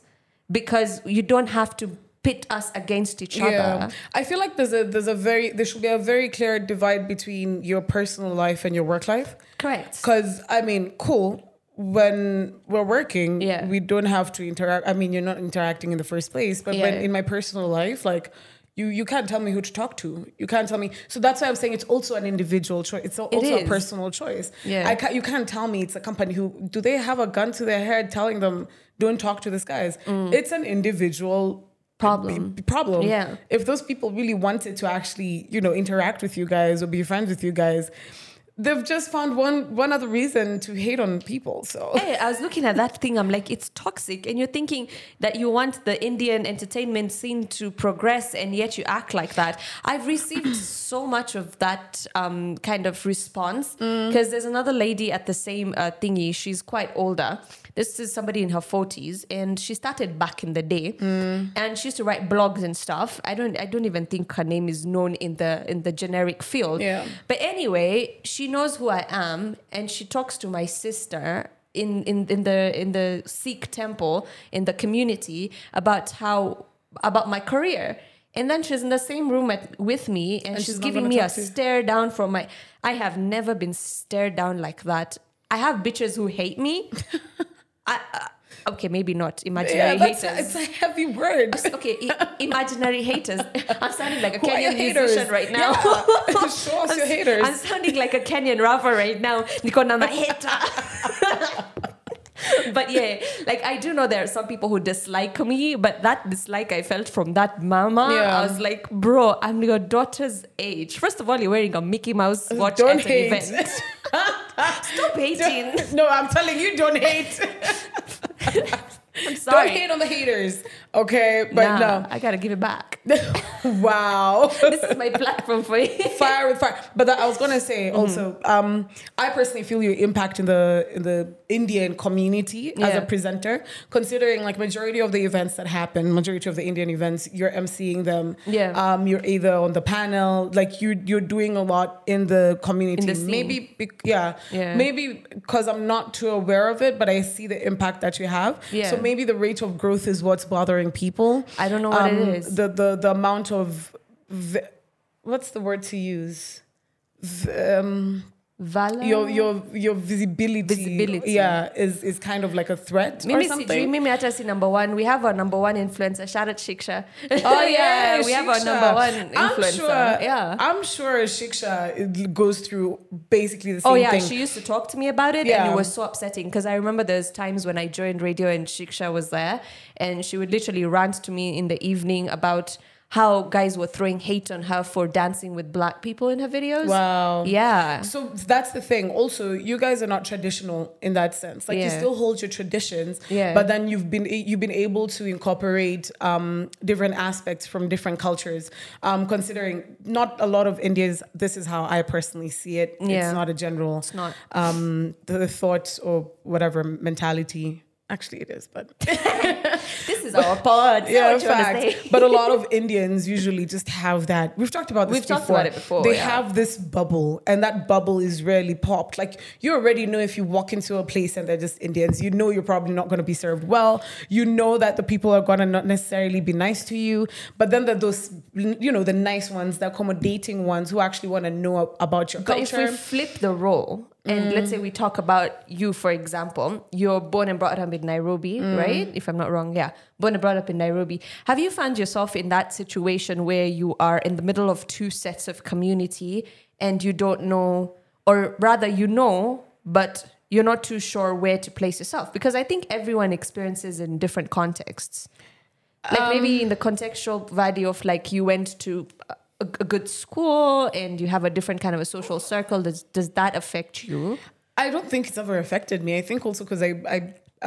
Speaker 2: because you don't have to pit us against each other.
Speaker 1: I feel like there's a there's a very there should be a very clear divide between your personal life and your work life.
Speaker 2: Correct.
Speaker 1: Because I mean, cool. When we're working,
Speaker 2: Yeah.
Speaker 1: we don't have to interact. I mean, you're not interacting in the first place. But when
Speaker 2: Yeah.
Speaker 1: in my personal life, like You you can't tell me who to talk to. You can't tell me. So that's why I'm saying it's also an individual choice. It's also a
Speaker 2: is.
Speaker 1: personal choice.
Speaker 2: Yeah.
Speaker 1: I can't, you can't tell me it's a company who do they have a gun to their head telling them don't talk to these guys. It's an individual
Speaker 2: Mm. Problem.
Speaker 1: b- problem.
Speaker 2: Yeah.
Speaker 1: If those people really wanted to actually, you know, interact with you guys or be friends with you guys, they've just found one one other reason to hate on people. So
Speaker 2: Hey, I was looking at that thing. I'm like, it's toxic. And you're thinking that you want the Indian entertainment scene to progress, and yet you act like that. I've received so much of that um, kind of response because there's another lady at the same uh, thingy. She's quite older. This is somebody in her 40s, and she started back in the day, and she used to write blogs and stuff. I don't, I don't even think her name is known in the in the generic field.
Speaker 1: Yeah.
Speaker 2: But anyway, she knows who I am, and she talks to my sister in in, in the in the Sikh temple in the community about how about my career. And then she's in the same room at, with me, and, she's,
Speaker 1: she's not
Speaker 2: giving
Speaker 1: gonna
Speaker 2: me a
Speaker 1: talk to you.
Speaker 2: stare down from my. I have never been stared down like that. I have bitches who hate me. I, uh, okay, maybe not imaginary
Speaker 1: that's it's
Speaker 2: haters.
Speaker 1: a heavy word.
Speaker 2: okay, i- imaginary haters. I'm sounding like a
Speaker 1: Who are your
Speaker 2: Kenyan musician
Speaker 1: haters?
Speaker 2: right now.
Speaker 1: Yeah. Show us your haters.
Speaker 2: I'm sounding like a Kenyan rapper right now. Niko na maheta. but yeah, like I do know there are some people who dislike me, but that dislike I felt from that mama, I
Speaker 1: Yeah.
Speaker 2: was like, bro, I'm your daughter's age. First of all, you're wearing a Mickey Mouse watch
Speaker 1: Don't
Speaker 2: at
Speaker 1: hate.
Speaker 2: an event. Stop hating.
Speaker 1: no, I'm telling you, don't hate.
Speaker 2: I'm sorry.
Speaker 1: don't hate on the haters. Okay, but
Speaker 2: Nah,
Speaker 1: no.
Speaker 2: I gotta give it back.
Speaker 1: wow.
Speaker 2: this is my platform for you.
Speaker 1: fire with fire. But that, I was gonna say
Speaker 2: Mm-hmm.
Speaker 1: also, um, I personally feel your impact in the in the Indian community as a
Speaker 2: Yeah.
Speaker 1: presenter, considering like majority of the events that happen, majority of the Indian events, you're emceeing them.
Speaker 2: Yeah.
Speaker 1: Um, you're either on the panel, like you you're doing a lot in the community.
Speaker 2: the scene.
Speaker 1: Maybe bec- yeah,
Speaker 2: Yeah.
Speaker 1: Maybe because I'm not too aware of it, but I see the impact that you have.
Speaker 2: Yeah.
Speaker 1: So maybe the rate of growth is what's bothering people.
Speaker 2: I don't know what it is.
Speaker 1: Um, The the the amount of v- what's the word to use? V- um,
Speaker 2: Valor.
Speaker 1: your your your visibility,
Speaker 2: Um, Visibility.
Speaker 1: yeah, is is kind of like a threat or
Speaker 2: Mimi sijui,
Speaker 1: something.
Speaker 2: mimi hata si number one. We have our number one influencer. Shout out Shiksha.
Speaker 1: Oh yeah,
Speaker 2: we have our
Speaker 1: Shiksha.
Speaker 2: number one
Speaker 1: I'm
Speaker 2: influencer.
Speaker 1: sure,
Speaker 2: yeah.
Speaker 1: I'm sure Shiksha it goes through basically the same
Speaker 2: oh yeah,
Speaker 1: thing.
Speaker 2: she used to talk to me about it, and
Speaker 1: Yeah.
Speaker 2: it was so upsetting because I remember those times when I joined radio and Shiksha was there, and she would literally rant to me in the evening about how guys were throwing hate on her for dancing with black people in her videos.
Speaker 1: Wow.
Speaker 2: Yeah.
Speaker 1: So that's the thing. Also, you guys are not traditional in that sense. Like you
Speaker 2: Yeah.
Speaker 1: still hold your traditions,
Speaker 2: Yeah.
Speaker 1: but then you've been you've been able to incorporate um, different aspects from different cultures. Um, considering not a lot of Indians, this is how I personally see it.
Speaker 2: Yeah.
Speaker 1: It's not a general. It's
Speaker 2: not.
Speaker 1: um, the, the thoughts or whatever mentality. Actually, it is, but
Speaker 2: This is our pod. Say what you wanna
Speaker 1: fact.
Speaker 2: say.
Speaker 1: but a lot of Indians usually just have that. We've talked about this
Speaker 2: We've
Speaker 1: before.
Speaker 2: talked about it before,
Speaker 1: They
Speaker 2: yeah.
Speaker 1: have this bubble, and that bubble is rarely popped. Like you already know if you walk into a place and they're just Indians, you know you're probably not going to be served well. You know that the people are going to not necessarily be nice to you. But then there are those, you know, the nice ones, the accommodating ones who actually want to know about your
Speaker 2: But
Speaker 1: culture.
Speaker 2: if we flip the role, and let's say we talk about you, for example, you're born and brought up in Nairobi, right? If I'm not wrong, yeah, born and brought up in Nairobi. Have you found yourself in that situation where you are in the middle of two sets of community and you don't know, or rather, you know, but you're not too sure where to place yourself? Because I think everyone experiences in different contexts like
Speaker 1: Um,
Speaker 2: maybe in the contextual value of like you went to a, a good school and you have a different kind of a social circle does, does that affect you
Speaker 1: I don't think it's ever affected me. I think also because I, I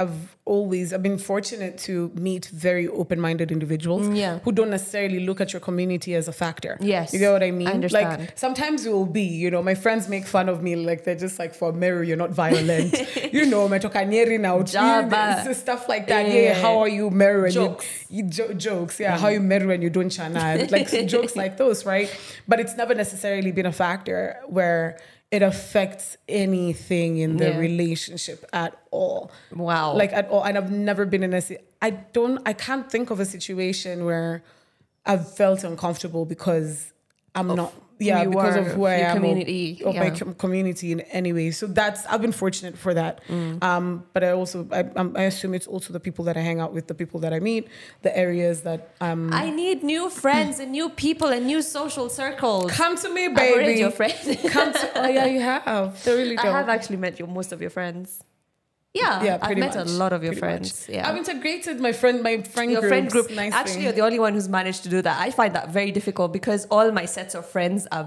Speaker 1: I've always I've been fortunate to meet very open minded individuals
Speaker 2: Mm, yeah.
Speaker 1: who don't necessarily look at your community as a factor.
Speaker 2: Yes.
Speaker 1: You get what I mean?
Speaker 2: I understand.
Speaker 1: Like sometimes it will be, you know, my friends make fun of me, like they're just like for Mary, you're not violent. you know, metokanyeri now
Speaker 2: Jaba.
Speaker 1: this, stuff like that.
Speaker 2: Yeah.
Speaker 1: Yeah, how are you Mary when
Speaker 2: Eh, Jokes. Mm.
Speaker 1: you, you jo- jokes, yeah, how you Mary when you don't chana. Like jokes like those, right? But it's never necessarily been a factor where it affects anything in the
Speaker 2: Yeah.
Speaker 1: relationship at all.
Speaker 2: Wow.
Speaker 1: Like at all. And I've never been in a si- I don't I can't think of a situation where I've felt uncomfortable because I'm
Speaker 2: Of
Speaker 1: not.
Speaker 2: who
Speaker 1: Yeah,
Speaker 2: you
Speaker 1: because
Speaker 2: are,
Speaker 1: of
Speaker 2: of
Speaker 1: who I
Speaker 2: your
Speaker 1: am, or-
Speaker 2: community,
Speaker 1: of my
Speaker 2: yeah.
Speaker 1: com- community in any way. So that's I've been fortunate for that.
Speaker 2: Mm.
Speaker 1: Um, but I also I, um, I assume it's also the people that I hang out with, the people that I meet, the areas that um
Speaker 2: I need new friends and new people and new social circles.
Speaker 1: come to me,
Speaker 2: I'm already
Speaker 1: baby.
Speaker 2: your friend.
Speaker 1: come to oh yeah, you have. They really
Speaker 2: I
Speaker 1: do.
Speaker 2: have actually met your most of your friends. Yeah,
Speaker 1: yeah,
Speaker 2: I've
Speaker 1: pretty
Speaker 2: met
Speaker 1: much.
Speaker 2: a lot of your
Speaker 1: Pretty much.
Speaker 2: friends. Yeah.
Speaker 1: I've integrated my friend, my friend
Speaker 2: your
Speaker 1: groups.
Speaker 2: friend group.
Speaker 1: Nice
Speaker 2: Actually,
Speaker 1: thing.
Speaker 2: you're the only one who's managed to do that. I find that very difficult because all my sets of friends are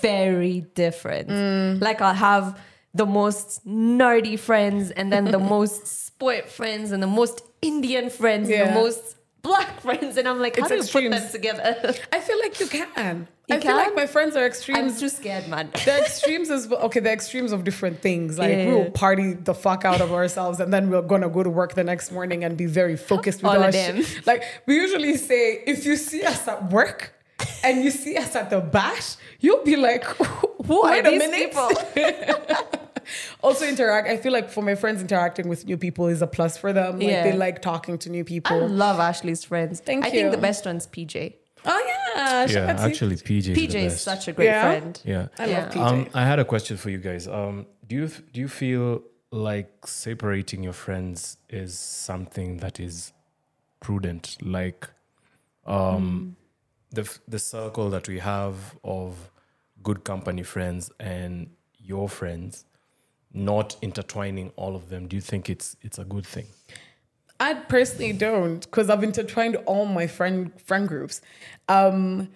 Speaker 2: very different.
Speaker 1: Mm.
Speaker 2: Like I'll have the most nerdy friends, and then the most sport friends, and the most Indian friends, and
Speaker 1: Yeah.
Speaker 2: the most black friends, and I'm like, how
Speaker 1: It's
Speaker 2: do you put them
Speaker 1: extremes.
Speaker 2: together?
Speaker 1: I feel like you can.
Speaker 2: You
Speaker 1: I feel like
Speaker 2: can?
Speaker 1: my friends are
Speaker 2: I'm
Speaker 1: extremes.
Speaker 2: too scared, man.
Speaker 1: they're extremes as well. Okay, they're extremes of different things. Like
Speaker 2: Yeah.
Speaker 1: we'll party the fuck out of ourselves, and then we're gonna go to work the next morning and be very focused with
Speaker 2: All
Speaker 1: our
Speaker 2: of them.
Speaker 1: shit. Like we usually say, if you see us at work and you see us at the bash, you'll be like, who
Speaker 2: are
Speaker 1: are
Speaker 2: these
Speaker 1: these also interact. I feel like for my friends, interacting with new people is a plus for them. Like
Speaker 2: Yeah. Um,
Speaker 1: they like talking to new
Speaker 2: I
Speaker 1: people.
Speaker 2: love Ashley's friends.
Speaker 1: Thank
Speaker 2: I think the
Speaker 1: you.
Speaker 2: best one's PJ.
Speaker 1: oh yeah,
Speaker 4: yeah,
Speaker 1: Shabbat's-
Speaker 4: actually, PJ.
Speaker 2: PJ
Speaker 4: the
Speaker 2: is
Speaker 4: best.
Speaker 2: such a great
Speaker 1: Yeah.
Speaker 2: friend.
Speaker 4: Yeah.
Speaker 1: I
Speaker 2: Yeah.
Speaker 1: love PJ.
Speaker 4: Um, I had a question for you guys. Um, do you f- do you feel like separating your friends is something that is prudent? Like, um, the f- the circle that we have of good company friends and your friends, not intertwining all of them. Do you think it's it's a good thing?
Speaker 1: I personally don't because I've intertwined all my friend friend groups. Um,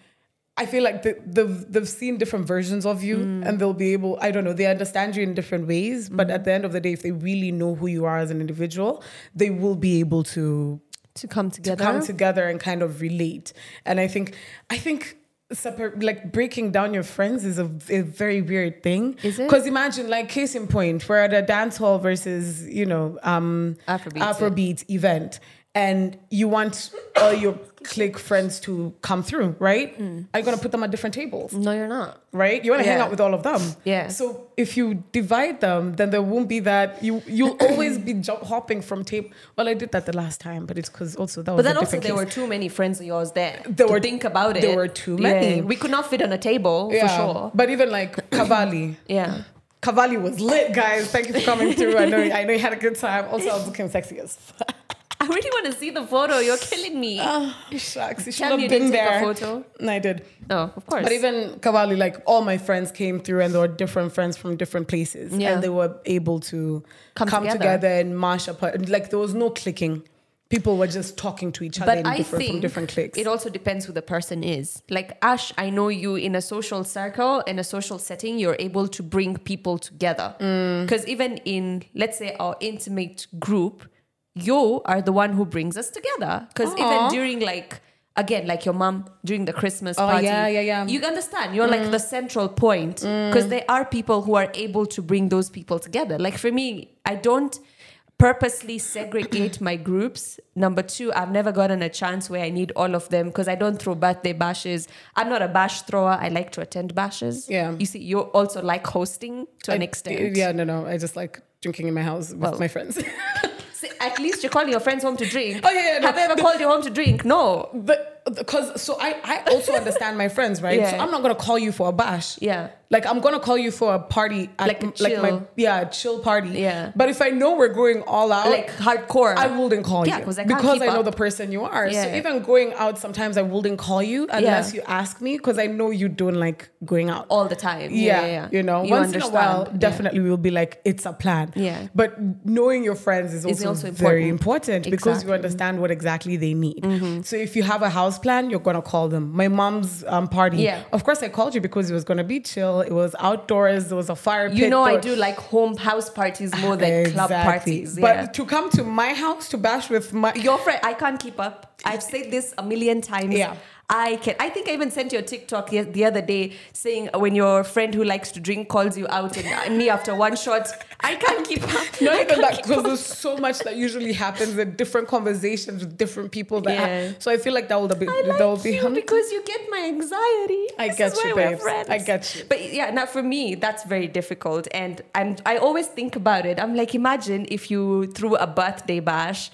Speaker 1: I feel like the, they've they've seen different versions of you, and they'll be able. I don't know. They understand you in different ways, but at the end of the day, if they really know who you are as an individual, they will be able to
Speaker 2: To come together.
Speaker 1: come together and kind of relate. And I think I think separ- like breaking down your friends is a, a very weird thing.
Speaker 2: Is it?
Speaker 1: Because imagine like case in point, we're at a dance hall versus you know um,
Speaker 2: Afrobeats, yeah.
Speaker 1: Afrobeat event. And you want all your clique friends to come through, right? Are you gonna put them at different tables?
Speaker 2: no, you're not.
Speaker 1: right? You want to hang
Speaker 2: Mm. Yeah.
Speaker 1: out with all of them.
Speaker 2: Yeah.
Speaker 1: So if you divide them, then there won't be that you you'll always be jump hopping from tape. Well, I did that the last time, but it's because also that was.
Speaker 2: But then
Speaker 1: a
Speaker 2: also
Speaker 1: different
Speaker 2: there
Speaker 1: case.
Speaker 2: were too many friends of yours there.
Speaker 1: There
Speaker 2: to
Speaker 1: were-
Speaker 2: think about it.
Speaker 1: there were too many.
Speaker 2: Yeah, We could not fit on a table for sure.
Speaker 1: But even like Cavalli.
Speaker 2: Yeah.
Speaker 1: Cavalli was lit, guys. Thank you for coming through. I know I know you had a good time. Also, I was looking sexy as fuck.
Speaker 2: I really want to see the photo. You're killing me.
Speaker 1: Shucks, you should
Speaker 2: Tell
Speaker 1: have
Speaker 2: me you
Speaker 1: Uh, been
Speaker 2: didn't take a
Speaker 1: there.
Speaker 2: photo.
Speaker 1: No, I did.
Speaker 2: oh, of course.
Speaker 1: But even Cavalli, like all my friends came through, and there were different friends from different places,
Speaker 2: Yeah.
Speaker 1: and they were able to
Speaker 2: Come
Speaker 1: come,
Speaker 2: together.
Speaker 1: together. and mash up. Like there was no clicking; people were just talking to each other
Speaker 2: but
Speaker 1: in
Speaker 2: I
Speaker 1: different, from
Speaker 2: think
Speaker 1: different cliques.
Speaker 2: it also depends who the person is. Like Ash, I know you in a social circle, in a social setting, you're able to bring people together.
Speaker 1: Mm.
Speaker 2: Because even in, let's say, our intimate group, you are the one who brings us together. Because even
Speaker 1: Aw.
Speaker 2: during like, again, like your mom during the Christmas
Speaker 1: Oh,
Speaker 2: party,
Speaker 1: yeah, yeah, yeah.
Speaker 2: you understand, you're like the
Speaker 1: Mm.
Speaker 2: central point. Because there are people who are able to bring those people together. Like for me, I don't purposely segregate my groups. Number two, I've never gotten a chance where I need all of them because I don't throw birthday bashes. I'm not a bash thrower. I like to attend bashes.
Speaker 1: Yeah.
Speaker 2: You see, you also like hosting to an
Speaker 1: I-
Speaker 2: extent.
Speaker 1: yeah, no, no. I just like drinking in my house with
Speaker 2: Well.
Speaker 1: my friends.
Speaker 2: See, at least you're calling your friends home to drink.
Speaker 1: Oh, yeah, yeah, no.
Speaker 2: Have I ever called you home to drink? No.
Speaker 1: but because so I, I also understand my friends, right? So
Speaker 2: Yeah.
Speaker 1: I'm not gonna call you for a bash.
Speaker 2: Yeah.
Speaker 1: Like I'm gonna call you for a party, at,
Speaker 2: Like a
Speaker 1: my
Speaker 2: chill.
Speaker 1: yeah a chill party.
Speaker 2: Yeah.
Speaker 1: But if I know we're going all out,
Speaker 2: Like hardcore.
Speaker 1: I wouldn't call
Speaker 2: Yeah,
Speaker 1: you
Speaker 2: 'cause I can't
Speaker 1: because
Speaker 2: keep
Speaker 1: I know
Speaker 2: up.
Speaker 1: the person you are.
Speaker 2: Yeah.
Speaker 1: So even going out, sometimes I wouldn't call you unless you ask me because I know you don't like going out.
Speaker 2: All the time. Yeah.
Speaker 1: yeah,
Speaker 2: yeah, yeah.
Speaker 1: you know, once in a while,
Speaker 2: understand. Yeah.
Speaker 1: definitely we'll be like, it's a plan.
Speaker 2: Yeah.
Speaker 1: But knowing your friends is
Speaker 2: Is
Speaker 1: also,
Speaker 2: also
Speaker 1: very
Speaker 2: important.
Speaker 1: important because you
Speaker 2: Exactly. Mm-hmm.
Speaker 1: understand what exactly they need. So if you have a house plan, you're gonna call them. My mom's um, party.
Speaker 2: Yeah.
Speaker 1: Of course, I called you because it was gonna be chill. It was outdoors. There was a fire.
Speaker 2: You
Speaker 1: pit,
Speaker 2: know, I
Speaker 1: there-
Speaker 2: do like home house parties more than club
Speaker 1: Exactly.
Speaker 2: parties. yeah.
Speaker 1: But to come to my house to bash with my
Speaker 2: Your friend, I can't keep up. I've said this a million times.
Speaker 1: Yeah.
Speaker 2: I can. I think I even sent you a TikTok ye- the other day saying when your friend who likes to drink calls you out and me after one shot, I can't keep up.
Speaker 1: Not
Speaker 2: I
Speaker 1: even
Speaker 2: can't
Speaker 1: that,
Speaker 2: keep
Speaker 1: because
Speaker 2: up.
Speaker 1: there's so much that usually happens in different conversations with different people. That
Speaker 2: Yeah.
Speaker 1: so I feel like that will be
Speaker 2: I like
Speaker 1: that will be
Speaker 2: you because you get my anxiety.
Speaker 1: I
Speaker 2: This
Speaker 1: get
Speaker 2: is why
Speaker 1: you,
Speaker 2: we're
Speaker 1: babes.
Speaker 2: friends.
Speaker 1: I get you.
Speaker 2: But yeah, now for me, that's very difficult, and I'm I always think about it. I'm like, imagine if you threw a birthday bash.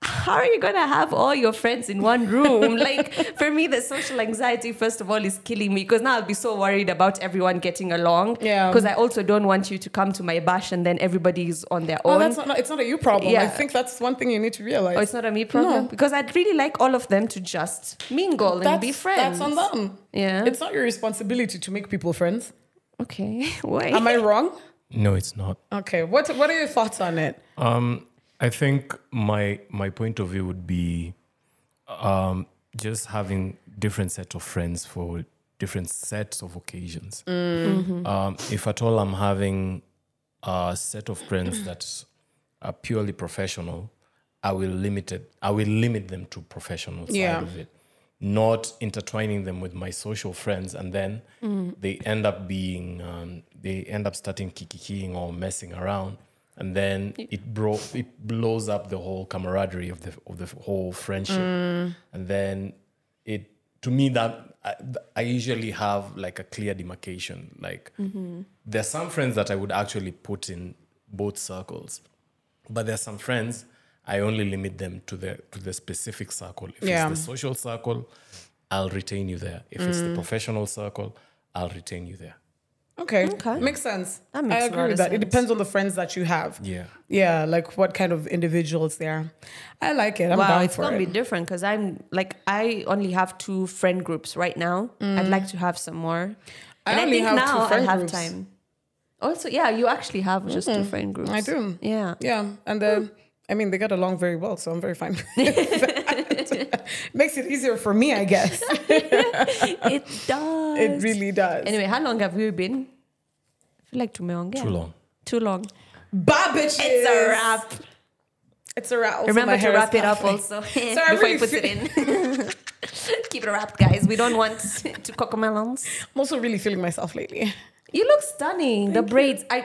Speaker 2: how are you gonna have all your friends in one room? like for me, the social anxiety first of all is killing me because now I'll be so worried about everyone getting along.
Speaker 1: Yeah.
Speaker 2: Because I also don't want you to come to my bash and then everybody's on their
Speaker 1: Oh,
Speaker 2: own.
Speaker 1: that's not, no, it's not a you problem. I
Speaker 2: Yeah.
Speaker 1: think that's one thing you need to realize.
Speaker 2: Oh, it's not a me problem
Speaker 1: No.
Speaker 2: because I'd really like all of them to just mingle and be
Speaker 1: That's
Speaker 2: friends.
Speaker 1: on them.
Speaker 2: Yeah.
Speaker 1: It's not your responsibility to make people friends.
Speaker 2: okay. Why?
Speaker 1: Am I wrong?
Speaker 4: No, it's not.
Speaker 1: Okay. What What are your thoughts on it?
Speaker 4: Um, I think my my point of view would be um, just having different set of friends for different sets of occasions. Um, if at all I'm having a set of friends that are purely professional, I will limit it. I will limit them to professional side
Speaker 1: Yeah.
Speaker 4: of it, not intertwining them with my social friends, and then they end up being um, they end up starting kikikiing or messing around, and then it bro it blows up the whole camaraderie of the of the whole friendship, and then it to me that I, I usually have like a clear demarcation like there's some friends that i would actually put in both circles but there's some friends i only limit them to the to the specific circle if
Speaker 1: Yeah.
Speaker 4: it's the social circle i'll retain you there if it's the professional circle i'll retain you there
Speaker 1: Okay.
Speaker 2: Okay.
Speaker 1: Makes sense.
Speaker 2: That makes
Speaker 1: I
Speaker 2: a
Speaker 1: agree
Speaker 2: lot
Speaker 1: with
Speaker 2: of
Speaker 1: that. It
Speaker 2: sense.
Speaker 1: depends on the friends that you have.
Speaker 4: yeah
Speaker 1: Yeah, like what kind of individuals they are. I like it. I'm
Speaker 2: wow,
Speaker 1: down
Speaker 2: it's
Speaker 1: for
Speaker 2: gonna
Speaker 1: it.
Speaker 2: be different because I'm like I only have two friend groups right now. I'd like to have some more.
Speaker 1: I
Speaker 2: and
Speaker 1: only
Speaker 2: I think
Speaker 1: have two
Speaker 2: now
Speaker 1: friend
Speaker 2: I have
Speaker 1: groups.
Speaker 2: time. Also, yeah, you actually have just two friend groups.
Speaker 1: I do.
Speaker 2: Yeah.
Speaker 1: yeah, and uh, I mean they got along very well, so I'm very fine. with that. Makes it easier for me, I guess.
Speaker 2: it does.
Speaker 1: It really does.
Speaker 2: Anyway, how long have you been? I feel like tumeongea.
Speaker 4: too long
Speaker 2: Too long.
Speaker 1: Bye, bitches.
Speaker 2: It's a wrap.
Speaker 1: It's a wrap. Also, my
Speaker 2: Remember to
Speaker 1: hair is
Speaker 2: wrap it up
Speaker 1: puffy.
Speaker 2: also before
Speaker 1: I really
Speaker 2: you put it in. Keep it wrapped, guys. We don't want to cocomelons.
Speaker 1: I'm also really feeling myself lately.
Speaker 2: You look stunning. the braids. I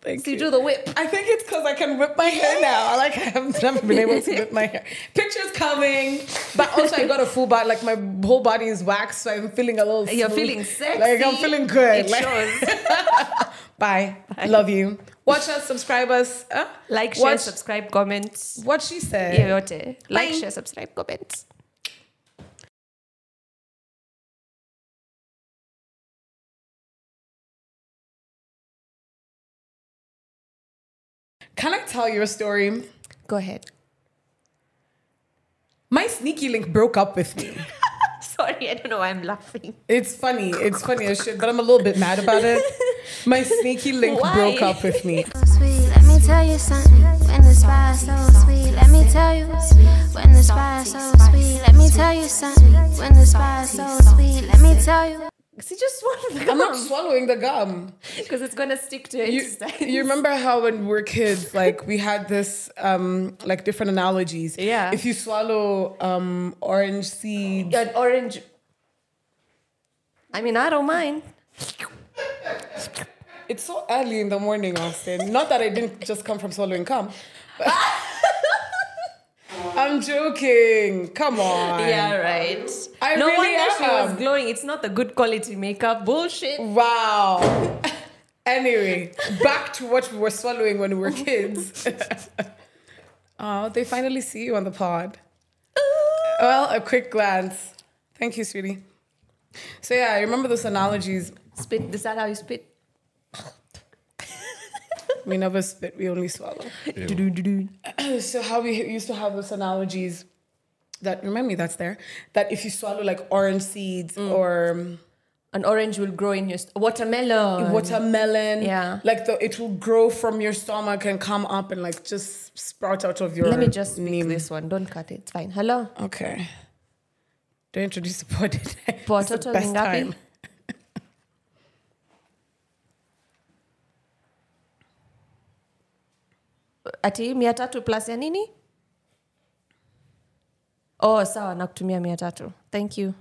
Speaker 1: Thank
Speaker 2: see
Speaker 1: you.
Speaker 2: you do the whip.
Speaker 1: I think it's because I can whip my hair now. Like I have never been able to whip my hair. Pictures coming, but also I got a full body. Like my whole body is waxed, so I'm feeling a little.
Speaker 2: You're
Speaker 1: smooth.
Speaker 2: feeling sexy.
Speaker 1: Like I'm feeling good.
Speaker 2: It
Speaker 1: Like-
Speaker 2: shows.
Speaker 1: Bye. Love you. Watch us, subscribe us. Huh?
Speaker 2: Like, share,
Speaker 1: Watch
Speaker 2: subscribe, comment.
Speaker 1: what she said.
Speaker 2: Yoyote. Like,
Speaker 1: Bye.
Speaker 2: share, subscribe, comment.
Speaker 1: Can I tell you a story?
Speaker 2: Go ahead.
Speaker 1: My sneaky link broke up with me.
Speaker 2: Sorry, I don't know why I'm laughing.
Speaker 1: It's funny. It's funny as shit, but I'm a little bit mad about it. My sneaky link
Speaker 2: Why?
Speaker 1: broke up with me.
Speaker 3: sweet. Let me tell you something. When the spice so sweet, let me tell you. When the spice so sweet, let me tell you something. When the spice so sweet, let me tell you.
Speaker 2: She just swallowed the
Speaker 1: I'm not
Speaker 2: gum
Speaker 1: swallowing the gum.
Speaker 2: because it's gonna stick to your
Speaker 1: you,
Speaker 2: intestines.
Speaker 1: you remember how when we were kids, like we had this um like different analogies.
Speaker 2: Yeah.
Speaker 1: If you swallow um orange seeds,
Speaker 2: an orange. I mean, I don't mind.
Speaker 1: it's so early in the morning, Austin. Not that I didn't just come from swallowing cum. but- I'm joking. Come on.
Speaker 2: Yeah, right.
Speaker 1: I
Speaker 2: Um, no
Speaker 1: really
Speaker 2: wonder she was
Speaker 1: am.
Speaker 2: glowing. It's not the good quality makeup bullshit.
Speaker 1: Wow. anyway, back to what we were swallowing when we were kids. oh, they finally see you on the pod. Well, a quick glance. Thank you, sweetie. So yeah, I remember those analogies.
Speaker 2: Spit. Is that how you spit?
Speaker 1: We never spit, we only swallow. so how we used to have those analogies that remind me that's there. That if you swallow like orange seeds or um,
Speaker 2: An orange will grow in your st- watermelon.
Speaker 1: watermelon,
Speaker 2: Yeah.
Speaker 1: like the, it will grow from your stomach and come up and like just sprout out of your.
Speaker 2: Let me just speak
Speaker 1: name.
Speaker 2: this one. Don't cut it. It's fine. Hello.
Speaker 1: Okay. Don't introduce the pod.
Speaker 2: Pototo
Speaker 1: It's the best
Speaker 2: lingapi?
Speaker 1: time.
Speaker 2: Ati mia tatu plus ya nini? Oh, sawa nakutumia mia tatu. Thank you.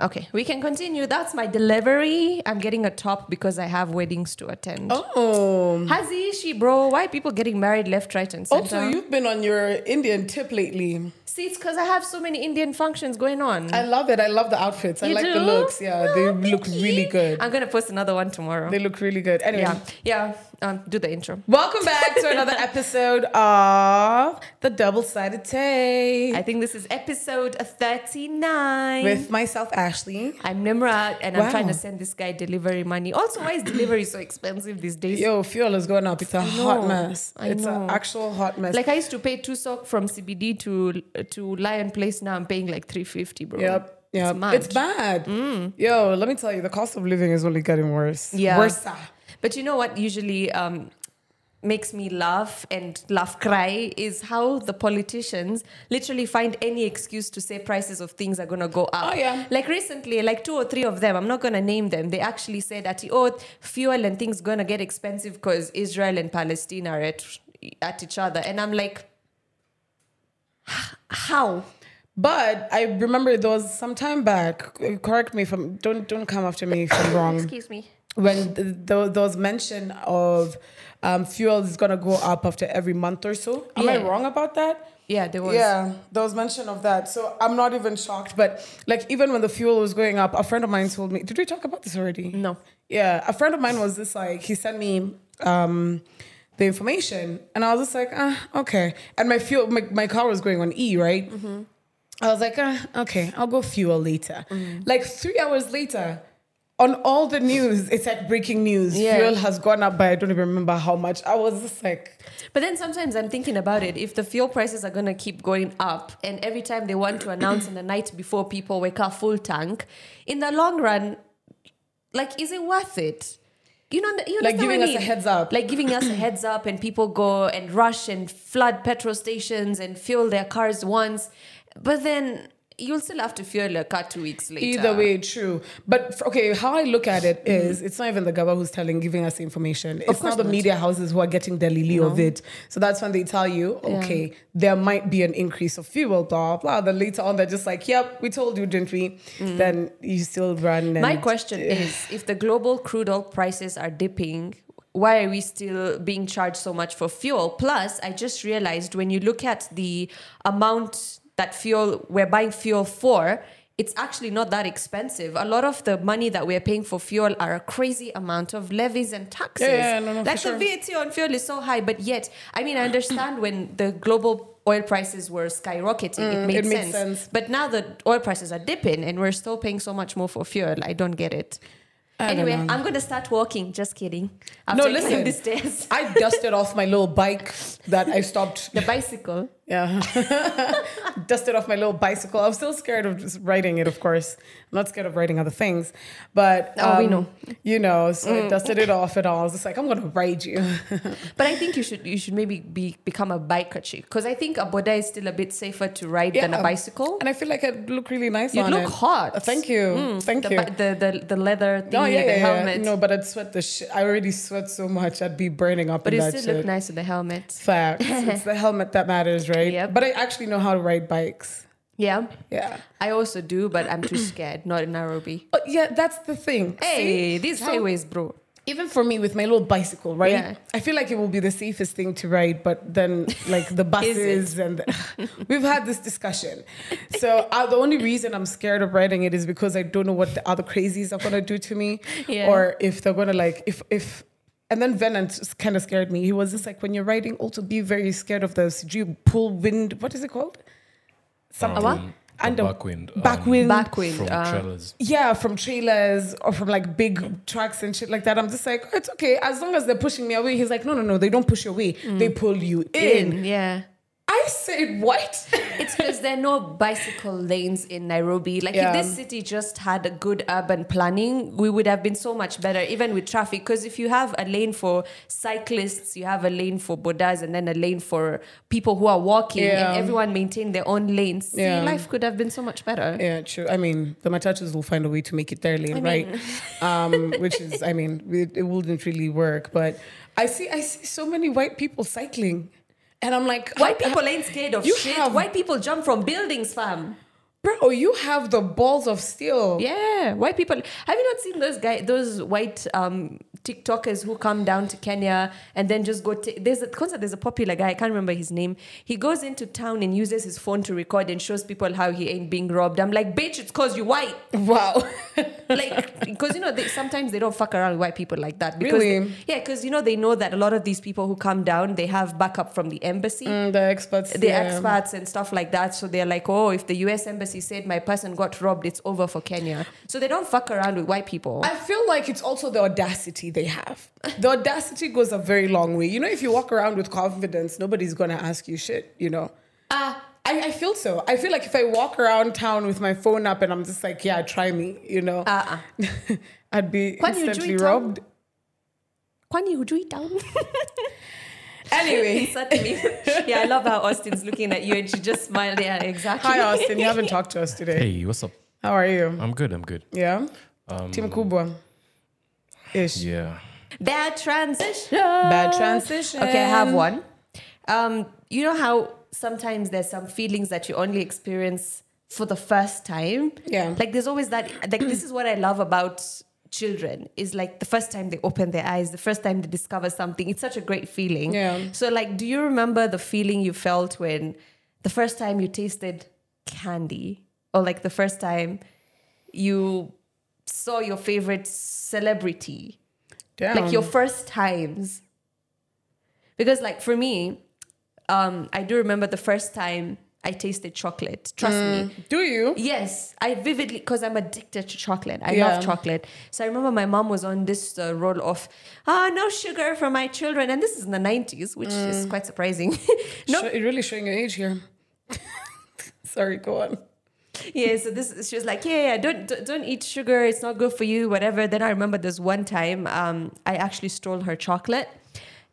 Speaker 2: Okay, we can continue. That's my delivery. I'm getting a top because I have weddings to attend.
Speaker 1: Oh.
Speaker 2: Hazi ishi, bro. Why are people getting married left, right, and center?
Speaker 1: Also, you've been on your Indian tip lately.
Speaker 2: See, it's because I have so many Indian functions going on.
Speaker 1: I love it. I love the outfits. I
Speaker 2: Mm. You
Speaker 1: like
Speaker 2: do?
Speaker 1: the looks. Yeah,
Speaker 2: Oh,
Speaker 1: they
Speaker 2: thank
Speaker 1: look
Speaker 2: you.
Speaker 1: really good.
Speaker 2: I'm gonna post another one tomorrow.
Speaker 1: They look really good. Anyway,
Speaker 2: yeah, yeah. um, do the intro.
Speaker 1: Welcome back to another episode of the Double Sided Tape
Speaker 2: I think this is episode 39.
Speaker 1: with myself, Ashley.
Speaker 2: I'm Nimrat, and I'm
Speaker 1: Wow.
Speaker 2: trying to send this guy delivery money. Also, why is delivery so expensive these days?
Speaker 1: Yo, fuel is going up. It's a hot
Speaker 2: know,
Speaker 1: mess.
Speaker 2: I
Speaker 1: it's an
Speaker 2: know.
Speaker 1: actual hot mess.
Speaker 2: Like I used to pay two sock from CBD to to Lion Place. Now I'm paying like three fifty, bro.
Speaker 1: Yep. Yeah,
Speaker 2: It's
Speaker 1: it's,
Speaker 2: mad. Mm.
Speaker 1: bad. Yo, let me tell you, the cost of living is only getting worse.
Speaker 2: Yeah.
Speaker 1: worse.
Speaker 2: But you know what usually um, makes me laugh and laugh cry is how the politicians literally find any excuse to say prices of things are going to go up.
Speaker 1: Oh, yeah.
Speaker 2: Like recently, like two or three of them, I'm not going to name them, they actually said that, oh, fuel and things going to get expensive because Israel and Palestine are at, at each other. And I'm like, "H- how?
Speaker 1: But I remember there was some time back. Correct me if I'm don't don't come after me if I'm wrong.
Speaker 2: Excuse me.
Speaker 1: When th- there, there was mention of um, fuel is gonna go up after every month or so. Am I
Speaker 2: Yeah.
Speaker 1: wrong about that?
Speaker 2: Yeah, there was.
Speaker 1: Yeah, there was mention of that. So I'm not even shocked. But like even when the fuel was going up, a friend of mine told me. Did we talk about this already?
Speaker 2: No.
Speaker 1: Yeah, a friend of mine was just like he sent me um, the information, and I was just like, ah, okay. And my fuel, my, my car was going on E, right? I was like, ah, okay, I'll go fuel later. Like three hours later. On all the news, it's like breaking news.
Speaker 2: Yeah.
Speaker 1: Fuel has gone up by I don't even remember how much. I was just like,
Speaker 2: But then sometimes I'm thinking about it. If the fuel prices are going to keep going up, and every time they want to announce in the night before people wake up full tank, in the long run, like, is it worth it? You know, you
Speaker 1: Like
Speaker 2: understand
Speaker 1: giving
Speaker 2: what I
Speaker 1: us a
Speaker 2: mean?
Speaker 1: heads up.
Speaker 2: Like giving us a heads up, and people go and rush and flood petrol stations and fuel their cars once. But then you'll still have to fuel your car two weeks later.
Speaker 1: Either way, true. But f- okay, how I look at it is, it's not even the government who's telling, giving us the information. It's
Speaker 2: Mm-hmm. course
Speaker 1: not the
Speaker 2: not.
Speaker 1: media houses who are getting the lily of it. So that's when they tell you, okay, there might be an increase of fuel, blah blah. Then later on, they're just like, yep, we told you, didn't we? Then you still run. And
Speaker 2: Mm. My question is if the global crude oil prices are dipping, why are we still being charged so much for fuel? Plus, I just realized when you look at the amount that fuel we're buying fuel for, it's actually not that expensive. A lot of the money that we're paying for fuel are a crazy amount of levies and taxes.
Speaker 1: yeah, no, no, for
Speaker 2: like
Speaker 1: sure.
Speaker 2: the VAT on fuel is so high, but yet, I mean, I understand when the global oil prices were skyrocketing, it made
Speaker 1: Mm, it makes
Speaker 2: sense.
Speaker 1: sense.
Speaker 2: But now the oil prices are dipping and we're still paying so much more for fuel. I don't get it.
Speaker 1: don't
Speaker 2: anyway,
Speaker 1: know.
Speaker 2: I'm going to start walking. Just kidding. After
Speaker 1: No,
Speaker 2: no,
Speaker 1: listen.
Speaker 2: listen. the stairs.
Speaker 1: I dusted off my little bike that I stopped.
Speaker 2: The bicycle.
Speaker 1: Yeah, dusted off my little bicycle. I'm still scared of just riding it, of course. I'm not scared of riding other things, but um,
Speaker 2: Oh, we know. Mm.
Speaker 1: you know. So I dusted it off and all. I was just like, I'm gonna ride you.
Speaker 2: But I think you should you should maybe be become a biker chick because I think a boda is still a bit safer to ride than a
Speaker 1: Yeah. um,
Speaker 2: bicycle.
Speaker 1: and I feel like I'd look really nice
Speaker 2: You
Speaker 1: on
Speaker 2: look
Speaker 1: it.
Speaker 2: hot. Mm.
Speaker 1: Uh, Thank you, thank
Speaker 2: the,
Speaker 1: you.
Speaker 2: bi- the, the the leather thing,
Speaker 1: no, Oh, yeah,
Speaker 2: the
Speaker 1: yeah,
Speaker 2: helmet.
Speaker 1: yeah. No, but I'd sweat the shit. I already sweat so much. I'd be burning up
Speaker 2: but
Speaker 1: in
Speaker 2: you
Speaker 1: that
Speaker 2: still
Speaker 1: shit.
Speaker 2: look nice with the helmet.
Speaker 1: Facts. it's the helmet that matters, right?
Speaker 2: Yep.
Speaker 1: But I actually know how to ride bikes.
Speaker 2: Yeah.
Speaker 1: Yeah.
Speaker 2: I also do, but I'm too scared. Not in Nairobi.
Speaker 1: Oh, yeah, that's the thing.
Speaker 2: Hey,
Speaker 1: See?
Speaker 2: these
Speaker 1: So-
Speaker 2: highways, bro.
Speaker 1: even for me with my little bicycle, right?
Speaker 2: Yeah.
Speaker 1: I feel like it will be the safest thing to ride, but then like the buses and the, we've had this discussion. So uh, the only reason I'm scared of riding it is because I don't know what the other crazies are gonna do to me,
Speaker 2: Yeah.
Speaker 1: or if they're gonna like if if. And then Venant kind of scared me. He was just like, when you're riding, also be very scared of the sijui pool wind. What is it called? Something.
Speaker 2: what?
Speaker 1: And the
Speaker 4: backwind.
Speaker 1: backwind.
Speaker 2: Backwind.
Speaker 4: From
Speaker 2: uh,
Speaker 4: trailers.
Speaker 1: Yeah, from trailers or from like big trucks and shit like that. I'm just like, "Oh, it's okay. As long as they're pushing me away, he's like, no, no, no, they don't push you away. They pull you Mm. in.
Speaker 2: in, yeah.
Speaker 1: I said, what?
Speaker 2: It's because there are no bicycle lanes in Nairobi. Like
Speaker 1: Yeah.
Speaker 2: if this city just had a good urban planning, we would have been so much better, even with traffic. Because if you have a lane for cyclists, you have a lane for bodas, and then a lane for people who are walking,
Speaker 1: Yeah.
Speaker 2: and everyone maintain their own lanes. See,
Speaker 1: Yeah.
Speaker 2: life could have been so much better.
Speaker 1: yeah, true. I mean, the matachas will find a way to make it their lane, right? Um, which is, I mean, it, it wouldn't really work. But I see, I see so many white people cycling, and I'm like,
Speaker 2: White people ain't scared of
Speaker 1: You
Speaker 2: shit.
Speaker 1: have-
Speaker 2: White people jump from buildings, fam.
Speaker 1: bro, you have the balls of steel.
Speaker 2: Yeah, white people. Have you not seen those guy, those white um, TikTokers who come down to Kenya and then just go. ta- there's a concept. There's a popular guy. I can't remember his name. He goes into town and uses his phone to record and shows people how he ain't being robbed. I'm like, bitch, it's cause you white.
Speaker 1: Wow.
Speaker 2: like because you know they, sometimes they don't fuck around with white people like that because
Speaker 1: Really?
Speaker 2: they- yeah because you know they know that a lot of these people who come down they have backup from the embassy
Speaker 1: Mm, the experts.
Speaker 2: the
Speaker 1: yeah.
Speaker 2: expats and stuff like that so they're like oh if the US embassy said my person got robbed it's over for Kenya so they don't fuck around with white people
Speaker 1: I feel like it's also the audacity they have. The audacity goes a very long way. You know, if you walk around with confidence, nobody's gonna ask you shit, you know. Uh, I, I feel so. I feel like if I walk around town with my phone up and I'm just like, yeah, try me, you know,
Speaker 2: Uh-uh.
Speaker 1: I'd be
Speaker 2: Kwani hujui
Speaker 1: instantly
Speaker 2: town?
Speaker 1: robbed.
Speaker 2: Kwani hujui down
Speaker 1: Anyway,
Speaker 2: Certainly. yeah I love how Austin's looking at you and she just smiled yeah exactly
Speaker 1: hi Austin. You haven't talked to us today.
Speaker 4: Hey, what's up?
Speaker 1: How are you?
Speaker 4: I'm good. I'm good.
Speaker 1: Yeah.
Speaker 4: Um,
Speaker 1: Team Kubwa. Ish.
Speaker 4: Yeah.
Speaker 2: bad transition Uh,
Speaker 1: Bad transition.
Speaker 2: Okay, I have one. Um, you know how sometimes there's some feelings that you only experience for the first time?
Speaker 1: Yeah.
Speaker 2: Like there's always that like this is what I love about children is like the first time they open their eyes, the first time they discover something. It's such a great feeling.
Speaker 1: Yeah.
Speaker 2: So like do you remember the feeling you felt when the first time you tasted candy? Or like the first time you saw your favorite celebrity?
Speaker 1: Damn.
Speaker 2: like your first times because like for me um i do remember the first time i tasted chocolate trust me
Speaker 1: Do you?
Speaker 2: yes i vividly because i'm addicted to chocolate i
Speaker 1: Yeah.
Speaker 2: love chocolate so i remember my mom was on this uh, roll of ah no sugar for my children and this is in the 90s which is quite surprising no
Speaker 1: Sh- you're really showing your age here. Sorry, go on.
Speaker 2: yeah, so this she was like, yeah, yeah, don't don't- don't eat sugar. It's not good for you. Whatever. Then I remember this one time, um, I actually stole her chocolate.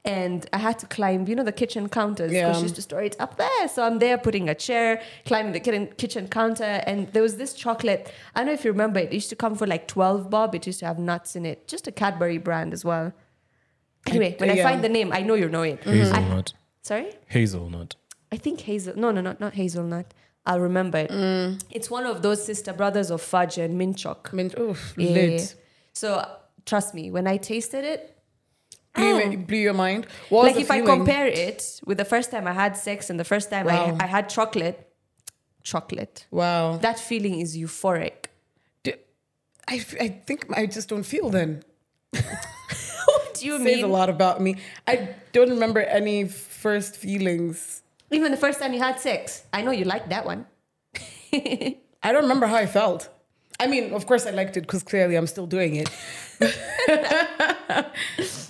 Speaker 2: And I had to climb, you know, the kitchen counters because
Speaker 1: Yeah.
Speaker 2: she used to store it up there. So I'm there putting a chair, climbing the kitchen, kitchen counter, and there was this chocolate. I don't know if you remember it. It used to come for like 12 bob. It used to have nuts in it. Just a Cadbury brand as well. Anyway, when I
Speaker 1: yeah.
Speaker 2: find the name, I know you know it.
Speaker 4: Hazelnut.
Speaker 2: Sorry?
Speaker 4: Hazelnut.
Speaker 2: I think hazel. No, no, no, not hazelnut. I'll remember it.
Speaker 1: Mm.
Speaker 2: It's one of those sister brothers of fudge and mint choc.
Speaker 1: I mean, oof,
Speaker 2: Yeah.
Speaker 1: lit.
Speaker 2: So trust me, when I tasted it,
Speaker 1: Blew,
Speaker 2: Ah.
Speaker 1: me- blew your mind. What was
Speaker 2: like
Speaker 1: the
Speaker 2: if I
Speaker 1: feeling?
Speaker 2: compare it with the first time I had sex and the first time
Speaker 1: Wow.
Speaker 2: I, I had chocolate, chocolate.
Speaker 1: Wow.
Speaker 2: That feeling is euphoric.
Speaker 1: Do- I, f- I think I just don't feel then.
Speaker 2: what do you
Speaker 1: Says a
Speaker 2: mean?
Speaker 1: lot about me. I don't remember any first feelings.
Speaker 2: Even the first time you had sex, I know you liked that one.
Speaker 1: I don't remember how I felt. I mean, of course I liked it because clearly I'm still doing it.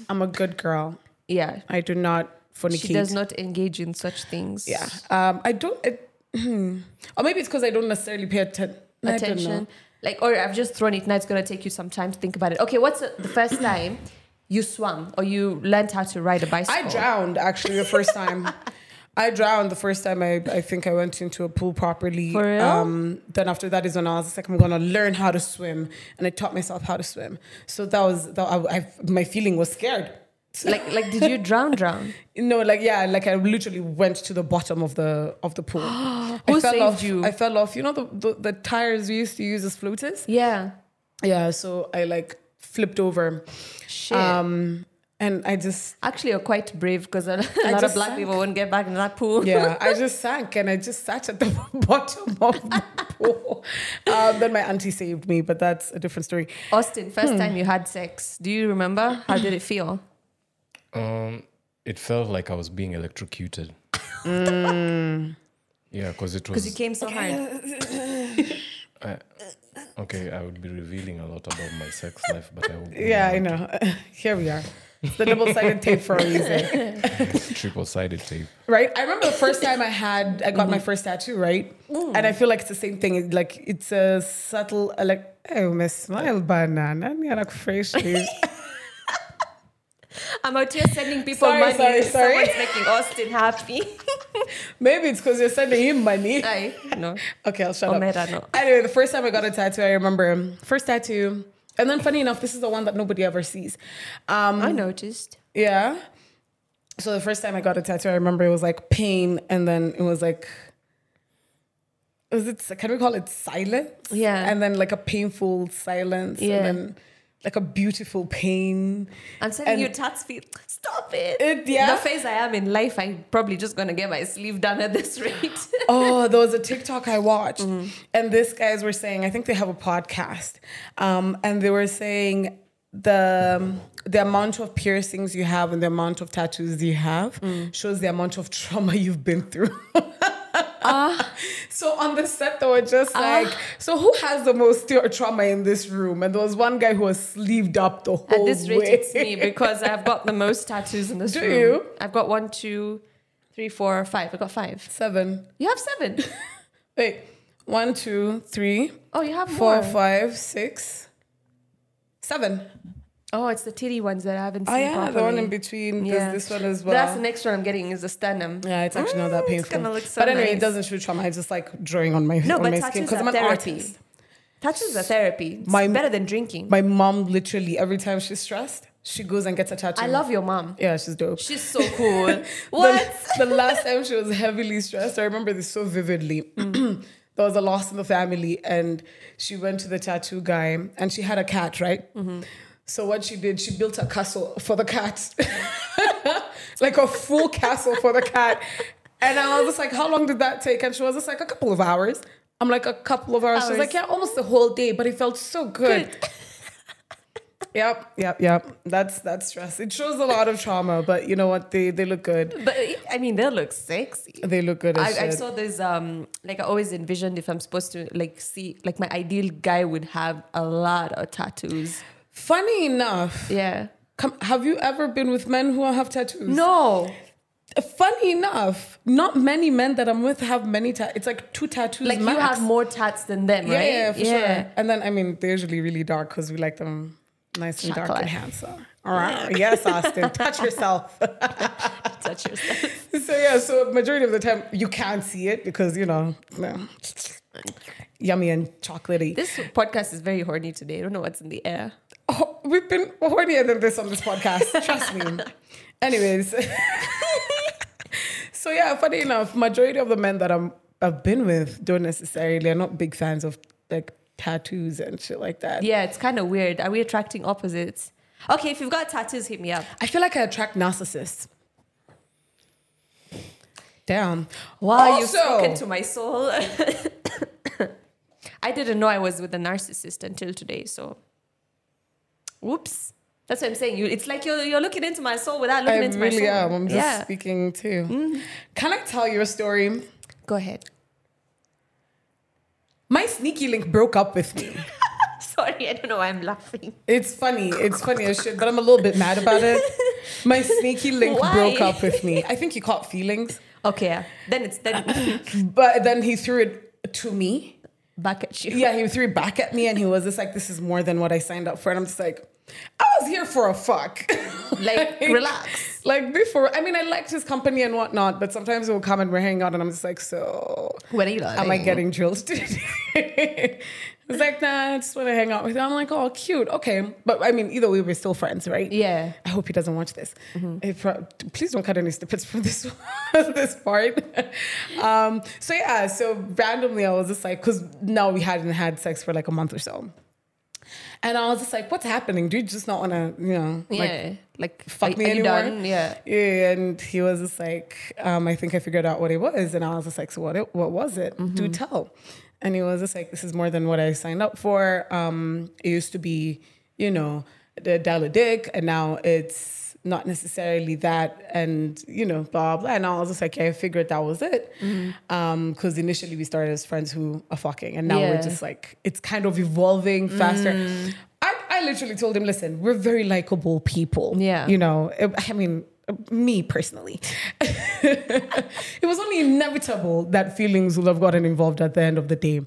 Speaker 1: I'm a good girl.
Speaker 2: Yeah,
Speaker 1: I do not fornicate.
Speaker 2: she does not engage in such things.
Speaker 1: Yeah. Um, I don't. It, hmm. or maybe it's because I don't necessarily pay atten- I don't know.
Speaker 2: attention. Like, or I've just thrown it. Now it's gonna take you some time to think about it. Okay, what's the, the first time you swam or you learned how to ride a
Speaker 1: I
Speaker 2: bicycle?
Speaker 1: drowned actually the first time. I drowned the first time I, I think I went into a pool properly.
Speaker 2: For real?
Speaker 1: Um, then after that is when I was just like, I'm gonna learn how to swim, and I taught myself how to swim. So that was that. I, I, my feeling was scared.
Speaker 2: Like, like, did you drown? Drown?
Speaker 1: You know, like yeah, like I literally went to the bottom of the of the pool. I
Speaker 2: Who
Speaker 1: fell
Speaker 2: saved
Speaker 1: off,
Speaker 2: you?
Speaker 1: I fell off. You know the, the the tires we used to use as floaters.
Speaker 2: Yeah.
Speaker 1: Yeah, so I like flipped over.
Speaker 2: Shit.
Speaker 1: Um, and I just,
Speaker 2: Actually, you're quite brave because a
Speaker 1: I
Speaker 2: lot of
Speaker 1: just
Speaker 2: black
Speaker 1: sank.
Speaker 2: people won't get back in that pool.
Speaker 1: yeah, I just sank and I just sat at the bottom of the pool. Um, then my auntie saved me, but that's a different story.
Speaker 2: Austin,
Speaker 1: Hmm.
Speaker 2: first time you had sex, do you remember? How did it feel?
Speaker 4: Um, it felt like I was being electrocuted. Yeah, because it
Speaker 2: Because you
Speaker 4: was
Speaker 2: came so hard.
Speaker 4: okay. I would be revealing a lot about my sex life, but I would
Speaker 1: Yeah, I know. Here we are. It's the double sided tape for a reason,
Speaker 4: triple sided tape.
Speaker 1: right? I remember the first time I had, I got my first tattoo, right? And I feel like it's the same thing. It- Like, it's a subtle, uh, like, oh, my smile banana. Yeah, like fresh.
Speaker 2: I'm out here sending people
Speaker 1: Sorry,
Speaker 2: money.
Speaker 1: sorry, sorry.
Speaker 2: Someone's making Austin happy.
Speaker 1: Maybe it's because you're sending him money.
Speaker 2: I no.
Speaker 1: Okay, I'll shut
Speaker 2: Omera,
Speaker 1: up.
Speaker 2: no.
Speaker 1: Anyway, the first time I got a tattoo, I remember um, first tattoo, and then funny enough, this is the one that nobody ever sees. Um,
Speaker 2: I noticed.
Speaker 1: yeah. So the first time I got a tattoo, I remember it was like pain, and then it was like, was it? Can we call it silence?
Speaker 2: Yeah.
Speaker 1: And then like a painful silence. And
Speaker 2: Yeah.
Speaker 1: then like a beautiful pain.
Speaker 2: I'm sending
Speaker 1: And-
Speaker 2: you tats feel. Stop it.
Speaker 1: It- yeah.
Speaker 2: The phase I am in life, I'm probably just gonna get my sleeve done at this rate.
Speaker 1: oh, there was a TikTok I watched,
Speaker 2: Mm-hmm.
Speaker 1: and these guys were saying, I think they have a podcast, um, and they were saying the um, the amount of piercings you have and the amount of tattoos you have
Speaker 2: Mm.
Speaker 1: shows the amount of trauma you've been through.
Speaker 2: Ah.
Speaker 1: So on the set, they were just like, "So who has the most tra- trauma in this room?" And there was one guy who was sleeved up the whole
Speaker 2: At this rate,
Speaker 1: way.
Speaker 2: it's me because I've got the most tattoos in this
Speaker 1: Do
Speaker 2: room.
Speaker 1: you?
Speaker 2: I've got one, two, three, four, five. I got five.
Speaker 1: Seven.
Speaker 2: You have seven.
Speaker 1: Wait, one, two, three,
Speaker 2: Oh, you have
Speaker 1: four,
Speaker 2: more.
Speaker 1: five, six, seven.
Speaker 2: Oh, it's the titty ones that I haven't seen.
Speaker 1: Oh yeah, the one
Speaker 2: properly.
Speaker 1: in between.
Speaker 2: Yeah.
Speaker 1: There's this one as well.
Speaker 2: That's the next one I'm getting is the sternum.
Speaker 1: yeah, it's actually not that
Speaker 2: Mm,
Speaker 1: painful.
Speaker 2: it's gonna look so
Speaker 1: but anyway, it
Speaker 2: nice.
Speaker 1: doesn't show trauma. I just like drawing on my
Speaker 2: No,
Speaker 1: on
Speaker 2: but
Speaker 1: my skin
Speaker 2: tattoos
Speaker 1: because
Speaker 2: are
Speaker 1: I'm an
Speaker 2: therapy.
Speaker 1: artist.
Speaker 2: Tattoos are therapy. It's
Speaker 1: My-
Speaker 2: better than drinking.
Speaker 1: My mom literally every time she's stressed, she goes and gets a tattoo.
Speaker 2: I love your mom.
Speaker 1: Yeah, she's dope.
Speaker 2: She's so cool.
Speaker 1: The-
Speaker 2: what?
Speaker 1: The, last time she was heavily stressed, I remember this so vividly. there was a loss in the family, and she went to the tattoo guy, and she had a cat, right?
Speaker 2: Mm-hmm.
Speaker 1: So what she did, she built a castle for the cat, like a full castle for the cat. And I was just like, "How long did that take?" And she was just like, "A couple of hours." I'm like, "A couple of hours." She was
Speaker 2: Hours.
Speaker 1: like, "Yeah, almost the whole day," but it felt so good. Yep, yep, yep. That's that's stress. It shows a lot of trauma, but you know what? They they look good.
Speaker 2: But I mean, they look sexy.
Speaker 1: They look good as
Speaker 2: I, I
Speaker 1: shit.
Speaker 2: saw this um like I always envisioned if I'm supposed to like see like my ideal guy would have a lot of tattoos.
Speaker 1: Funny enough,
Speaker 2: Yeah.
Speaker 1: come, have you ever been with men who have tattoos? Uh,
Speaker 2: No.
Speaker 1: Funny enough, not many men that I'm with have many tattoos. It's like two tattoos.
Speaker 2: Like you
Speaker 1: max.
Speaker 2: have more tats than them,
Speaker 1: yeah,
Speaker 2: right?
Speaker 1: yeah, for sure. And then I mean, they're usually really dark because we like them nice and dark
Speaker 2: Chocolate.
Speaker 1: and handsome. All right, yes, Austin, touch yourself.
Speaker 2: Touch yourself.
Speaker 1: so yeah, so majority of the time you can't see it because you know, no. yummy and chocolatey.
Speaker 2: This podcast is very horny today. I don't know what's in the air.
Speaker 1: Oh, we've been hornier than this on this podcast. Trust me. Anyways, so yeah, funny enough, majority of the men that I'm I've been with don't necessarily are not big fans of like tattoos and shit like that.
Speaker 2: Yeah, it's kind of weird. Are we attracting opposites? Okay, if you've got tattoos, hit me up.
Speaker 1: I feel like I attract narcissists. Damn.
Speaker 2: Wow, you've
Speaker 1: Also-
Speaker 2: spoken to my soul. I didn't know I was with a narcissist until today, so whoops. That's what I'm saying. You, it's like you're, you're looking into my soul without
Speaker 1: I
Speaker 2: looking into my soul.
Speaker 1: really am. I'm just
Speaker 2: yeah. Mm.
Speaker 1: speaking too. Can I tell you a story?
Speaker 2: Go ahead.
Speaker 1: My sneaky link broke up with me.
Speaker 2: Sorry, I don't know why I'm laughing.
Speaker 1: It's funny. It's funny as shit, but I'm a little bit mad about it. My sneaky link
Speaker 2: Why?
Speaker 1: broke up with me. I think he caught feelings,
Speaker 2: Okay, yeah. then it's then
Speaker 1: but then he threw it to me.
Speaker 2: back at you.
Speaker 1: Yeah, he threw it back at me and he was just like, this is more than what I signed up for. And I'm just like, I was here for a fuck.
Speaker 2: Like, relax.
Speaker 1: Like before, I mean, I liked his company and whatnot, but sometimes he'll come and we're hanging out and I'm just like, so
Speaker 2: What are you laughing?
Speaker 1: am I getting drilled today? It's like, nah, I just want to hang out with you. I'm like, oh, cute. Okay. But I mean, either way, we're still friends, right?
Speaker 2: Yeah. Mm-hmm.
Speaker 1: I hope he doesn't watch this. Eh, pro- please don't cut any snippets from this this part. um, so yeah, so randomly I was just like, because now we hadn't had sex for like a month or so, and I was just like, what's happening? Do you just not want to, you know,
Speaker 2: Yeah,
Speaker 1: like
Speaker 2: like,
Speaker 1: fuck
Speaker 2: are-
Speaker 1: me
Speaker 2: are you
Speaker 1: anymore?
Speaker 2: done? Yeah.
Speaker 1: Yeah, and he was just like, um, I think I figured out what it was, and I was just like, so what? It, what was it? Do
Speaker 2: Mm-hmm.
Speaker 1: tell. And he was just like, this is more than what I signed up for. Um, it used to be, you know, the dollar dick, and now it's not necessarily that, and you know, blah blah. And I was just like, yeah, I figured that was it, because
Speaker 2: Mm-hmm.
Speaker 1: initially we started as friends who are fucking, and now
Speaker 2: Yeah. Mm.
Speaker 1: we're just like, it's kind of evolving faster. I, I literally told him, listen, we're very likable people.
Speaker 2: Yeah.
Speaker 1: You know, I- I mean, me personally. it was only inevitable that feelings would have gotten involved at the end of the day.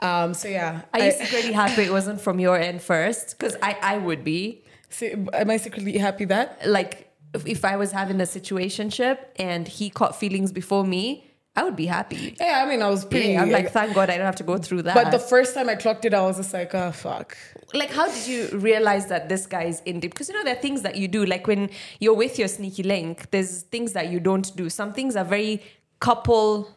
Speaker 1: Um, so yeah,
Speaker 2: Are
Speaker 1: I-
Speaker 2: you secretly happy it wasn't from your end first? Because I, I would be.
Speaker 1: see, am I secretly happy that?
Speaker 2: like if, if I was having a situationship and he caught feelings before me, I would be happy.
Speaker 1: Yeah, I mean, I was pretty.
Speaker 2: Yeah, I'm like, thank God I don't have to go through that.
Speaker 1: but the first time I clocked it, I was just like, oh fuck.
Speaker 2: like, how did you realize that this guy is in deep? Because you know there are things that you do. Like when you're with your sneaky link, there's things that you don't do. Some things are very couple,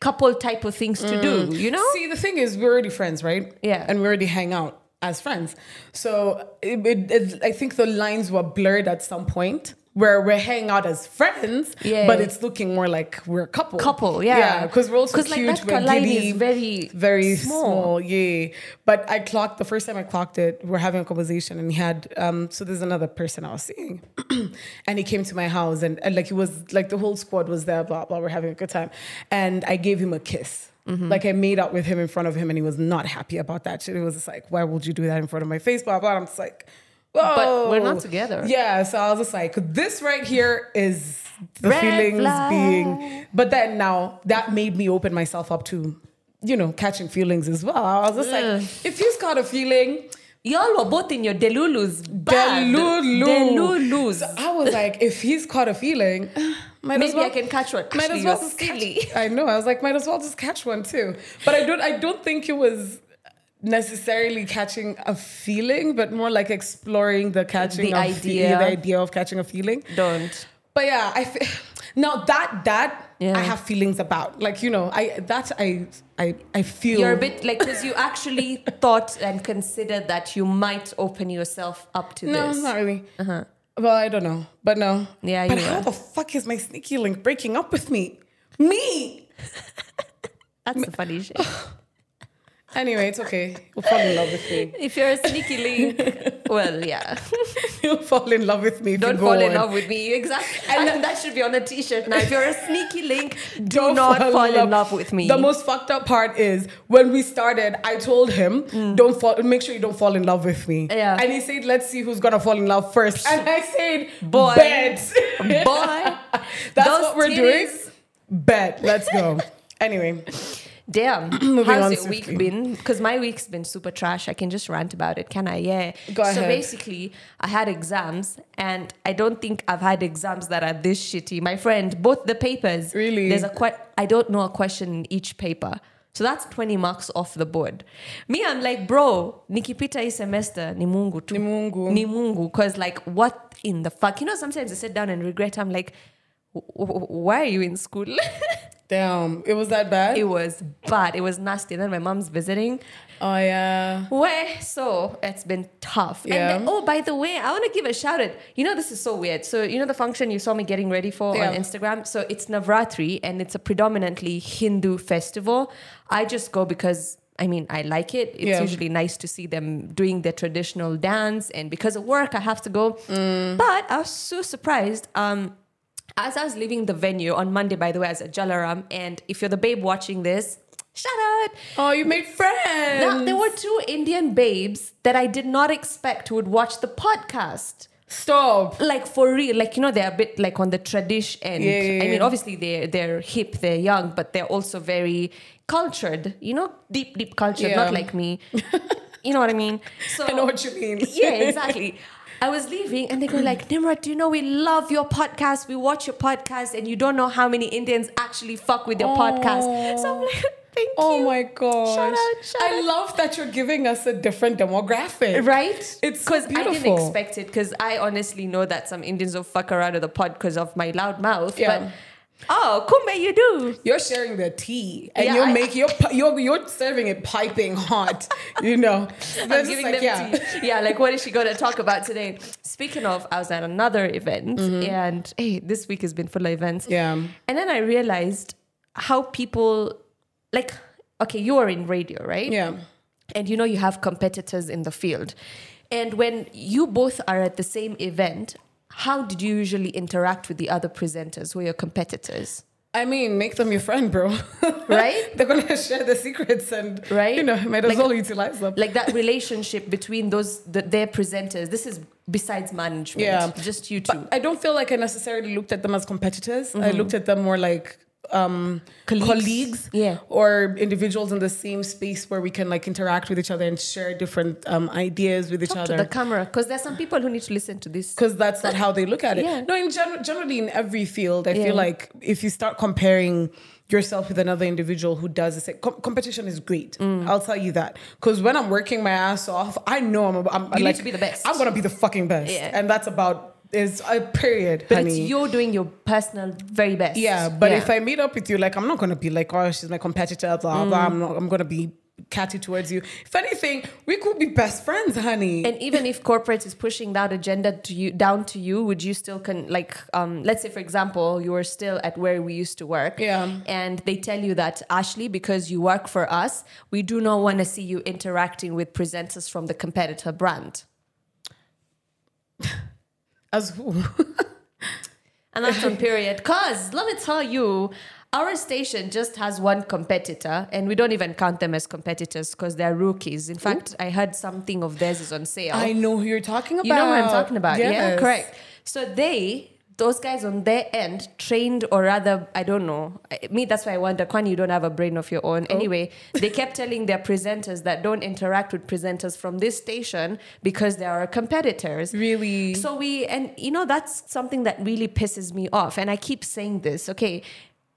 Speaker 2: couple type of things to do. You know?
Speaker 1: See, the thing is, we're already friends, right?
Speaker 2: Yeah.
Speaker 1: And we already hang out. as friends. So it, it, it, I think the lines were blurred at some point where we're hanging out as friends,
Speaker 2: Yeah.
Speaker 1: but it's looking more like we're a couple.
Speaker 2: Couple, yeah.
Speaker 1: Yeah, because we're also
Speaker 2: 'Cause, like,
Speaker 1: cute.
Speaker 2: that
Speaker 1: we're
Speaker 2: line
Speaker 1: giddy,
Speaker 2: is very
Speaker 1: very
Speaker 2: small.
Speaker 1: small. Yeah. But I clocked, the first time I clocked it, we're having a conversation and he had, um, so there's another person I was seeing and he came to my house and, and like he was, like the whole squad was there, blah, blah, we're having a good time. And I gave him a kiss.
Speaker 2: Mm-hmm.
Speaker 1: Like I made out with him in front of him and he was not happy about that shit. He was just like, why would you do that in front of my face, blah, blah. And I'm just like, whoa.
Speaker 2: But we're not together.
Speaker 1: Yeah, so I was just like, this right here is the
Speaker 2: Red
Speaker 1: feelings
Speaker 2: flag.
Speaker 1: being. But then now that made me open myself up to, you know, catching feelings as well. I was just
Speaker 2: Ugh.
Speaker 1: like, if he's got a feeling,
Speaker 2: Y'all were both in your delulus. bad.
Speaker 1: delulu.
Speaker 2: Delulus.
Speaker 1: So I was like, if he's caught a feeling, might as
Speaker 2: Maybe
Speaker 1: well.
Speaker 2: I can catch one.
Speaker 1: might
Speaker 2: Ashley,
Speaker 1: as well
Speaker 2: you're
Speaker 1: just catch-
Speaker 2: silly.
Speaker 1: I know. I was like, might as well just catch one too. But I don't. I don't think it was necessarily catching a feeling, but more like exploring the catching
Speaker 2: The
Speaker 1: of fe-
Speaker 2: idea.
Speaker 1: the idea of catching a feeling.
Speaker 2: Don't.
Speaker 1: But yeah, I f- now that that
Speaker 2: Yeah.
Speaker 1: I have feelings about. Like you know, I that I I I feel
Speaker 2: You're a bit like because you actually thought and considered that you might open yourself up to
Speaker 1: no,
Speaker 2: this.
Speaker 1: not really. Well, I don't know, but no.
Speaker 2: Uh-huh. Yeah,
Speaker 1: but
Speaker 2: you
Speaker 1: how
Speaker 2: were.
Speaker 1: the fuck is my sneaky link breaking up with me? Me.
Speaker 2: That's the funny shit.
Speaker 1: Anyway, it's okay. You'll fall in love with me.
Speaker 2: If you're a sneaky link, well, yeah.
Speaker 1: You'll fall in love with me. If
Speaker 2: Don't
Speaker 1: you go
Speaker 2: fall in
Speaker 1: on.
Speaker 2: love with me. Exactly. And that should be on a t-shirt now. If you're a sneaky link, do
Speaker 1: Don't
Speaker 2: not fall in love with me.
Speaker 1: The most fucked up part is when we started, I told him, "Don't fall. Make sure you don't fall in love with me."
Speaker 2: Mm. Yeah.
Speaker 1: And he said, "Let's see who's gonna fall in love first. And I said,
Speaker 2: Boy.
Speaker 1: "Bet."
Speaker 2: boy.
Speaker 1: That's
Speaker 2: Those
Speaker 1: what we're
Speaker 2: titties.
Speaker 1: doing. Bet. Let's go. anyway,
Speaker 2: Damn.
Speaker 1: Moving
Speaker 2: How's
Speaker 1: on
Speaker 2: your week
Speaker 1: swiftly.
Speaker 2: been? Because my week's been super trash. I can just rant about it, can I? Yeah.
Speaker 1: Go
Speaker 2: So
Speaker 1: ahead.
Speaker 2: basically, I had exams, and I don't think I've had exams that are this shitty. My friend, both the papers.
Speaker 1: Really?
Speaker 2: There's a que- I don't know a question in each paper. So that's 20 marks off the board. Me, I'm like, bro, nikipita hii semester, ni mungu tu.
Speaker 1: Ni Mungu.
Speaker 2: Ni mungu. Because like, what in the fuck? You know, sometimes I sit down and regret. I'm like, "W- w- why are you in school?
Speaker 1: damn, it was that bad.
Speaker 2: It was bad. It was nasty. And then my mom's visiting.
Speaker 1: oh yeah.
Speaker 2: Where so it's been tough. And
Speaker 1: Yeah.
Speaker 2: then- oh, by the way, I want to give a shout out. You know, this is so weird. So you know the function you saw me getting ready for on
Speaker 1: Yeah.
Speaker 2: Instagram. So it's Navratri, and it's a predominantly Hindu festival. I just go because. I mean, I like it. It's
Speaker 1: Yeah.
Speaker 2: usually nice to see them doing their traditional dance, and because of work, I have to go.
Speaker 1: Mm.
Speaker 2: But I was so surprised. Um, as I was leaving the venue on Monday, by the way, as a Jalaram, and if you're the babe watching this, shout out.
Speaker 1: Oh, you made friends.
Speaker 2: Now, there were two Indian babes that I did not expect would watch the podcast.
Speaker 1: Stop.
Speaker 2: Like for real, like you know, they're a bit like on the tradish end.
Speaker 1: Yeah, yeah,
Speaker 2: I mean,
Speaker 1: yeah.
Speaker 2: obviously they're they're hip, they're young, but they're also very cultured. You know, deep, deep culture, not
Speaker 1: Yeah.
Speaker 2: like me. you know what I mean? So
Speaker 1: I know what you mean.
Speaker 2: yeah, exactly. I was leaving and they go like, Nimrod, do you know we love your podcast? We watch your podcast, and you don't know how many Indians actually fuck with your podcast. So I'm like, thank
Speaker 1: Oh
Speaker 2: you.
Speaker 1: my gosh.
Speaker 2: Shout out, shout
Speaker 1: I
Speaker 2: out.
Speaker 1: love that you're giving us a different demographic.
Speaker 2: Right?
Speaker 1: It's so
Speaker 2: because I didn't
Speaker 1: beautiful.
Speaker 2: expect it because I honestly know that some Indians will fuck around with the pod because of my loud mouth.
Speaker 1: Yeah.
Speaker 2: But oh, kumbe you do.
Speaker 1: You're sharing the tea and
Speaker 2: Yeah,
Speaker 1: you're
Speaker 2: I-
Speaker 1: making you're, pi- you're you're serving it piping hot, you know.
Speaker 2: I'm
Speaker 1: That's
Speaker 2: giving
Speaker 1: like,
Speaker 2: them
Speaker 1: yeah.
Speaker 2: tea. Yeah, like what is she gonna talk about today? Speaking of, I was at another event and hey, this week has been full of events.
Speaker 1: Mm-hmm. Yeah.
Speaker 2: And then I realized how people like okay, you are in radio, right?
Speaker 1: Yeah.
Speaker 2: and you know you have competitors in the field and when you both are at the same event how did you usually interact with the other presenters who are your competitors
Speaker 1: I mean, make them your friend, bro.
Speaker 2: Right?
Speaker 1: They're gonna share the secrets and
Speaker 2: Right?
Speaker 1: you know, might as
Speaker 2: Like-
Speaker 1: well utilize them.
Speaker 2: like that relationship between those the, their presenters this is besides management
Speaker 1: Yeah.
Speaker 2: just you two
Speaker 1: But uh, I don't feel like I necessarily looked at them as competitors.
Speaker 2: Mm-hmm.
Speaker 1: I looked at them more like um,
Speaker 2: Colleagues.
Speaker 1: colleagues.
Speaker 2: Yeah.
Speaker 1: or individuals in the same space where we can like interact with each other and share different um, ideas with each
Speaker 2: talk to the
Speaker 1: other.
Speaker 2: camera because there's some people who need to listen to this
Speaker 1: Because that's not how they look at it.
Speaker 2: Yeah.
Speaker 1: No, in gen- generally in every field, I
Speaker 2: Yeah.
Speaker 1: feel like if you start comparing yourself with another individual who does the same, com- competition is great.
Speaker 2: Mm.
Speaker 1: I'll tell you that. Because when I'm working my ass off, I know I'm. ab- I'm
Speaker 2: You need
Speaker 1: like,
Speaker 2: to be the best.
Speaker 1: I'm gonna be the fucking best.
Speaker 2: Yeah.
Speaker 1: And that's about is a period.
Speaker 2: but
Speaker 1: honey.
Speaker 2: it's you're doing your personal very best Mm.
Speaker 1: Yeah, but if I meet up with you, like I'm not gonna be like, oh, she's my competitor, blah blah. I'm not. I'm gonna be catty towards you. If anything, we could be best friends, honey.
Speaker 2: And even if corporate is pushing that agenda to you down to you, would you still can like um, let's say for example you are still at where we used to work,
Speaker 1: Yeah.
Speaker 2: and they tell you that Ashley because you work for us, we do not want to see you interacting with presenters from the competitor brand,
Speaker 1: As who?
Speaker 2: and that's on period. Cause let me tell you. Our station just has one competitor, and we don't even count them as competitors because they're rookies. In fact, I heard something of theirs is on sale.
Speaker 1: I know who you're talking about.
Speaker 2: You know what I'm talking about. Yeah,
Speaker 1: Yes.
Speaker 2: correct. So they, those guys on their end, trained or rather, I don't know. I- Me, that's why I wonder, Kwani, you don't have a brain of your own.
Speaker 1: Oh.
Speaker 2: Anyway, they kept telling their presenters that don't interact with presenters from this station because they are competitors.
Speaker 1: Really?
Speaker 2: So we, and you know, that's something that really pisses me off. And I keep saying this, okay.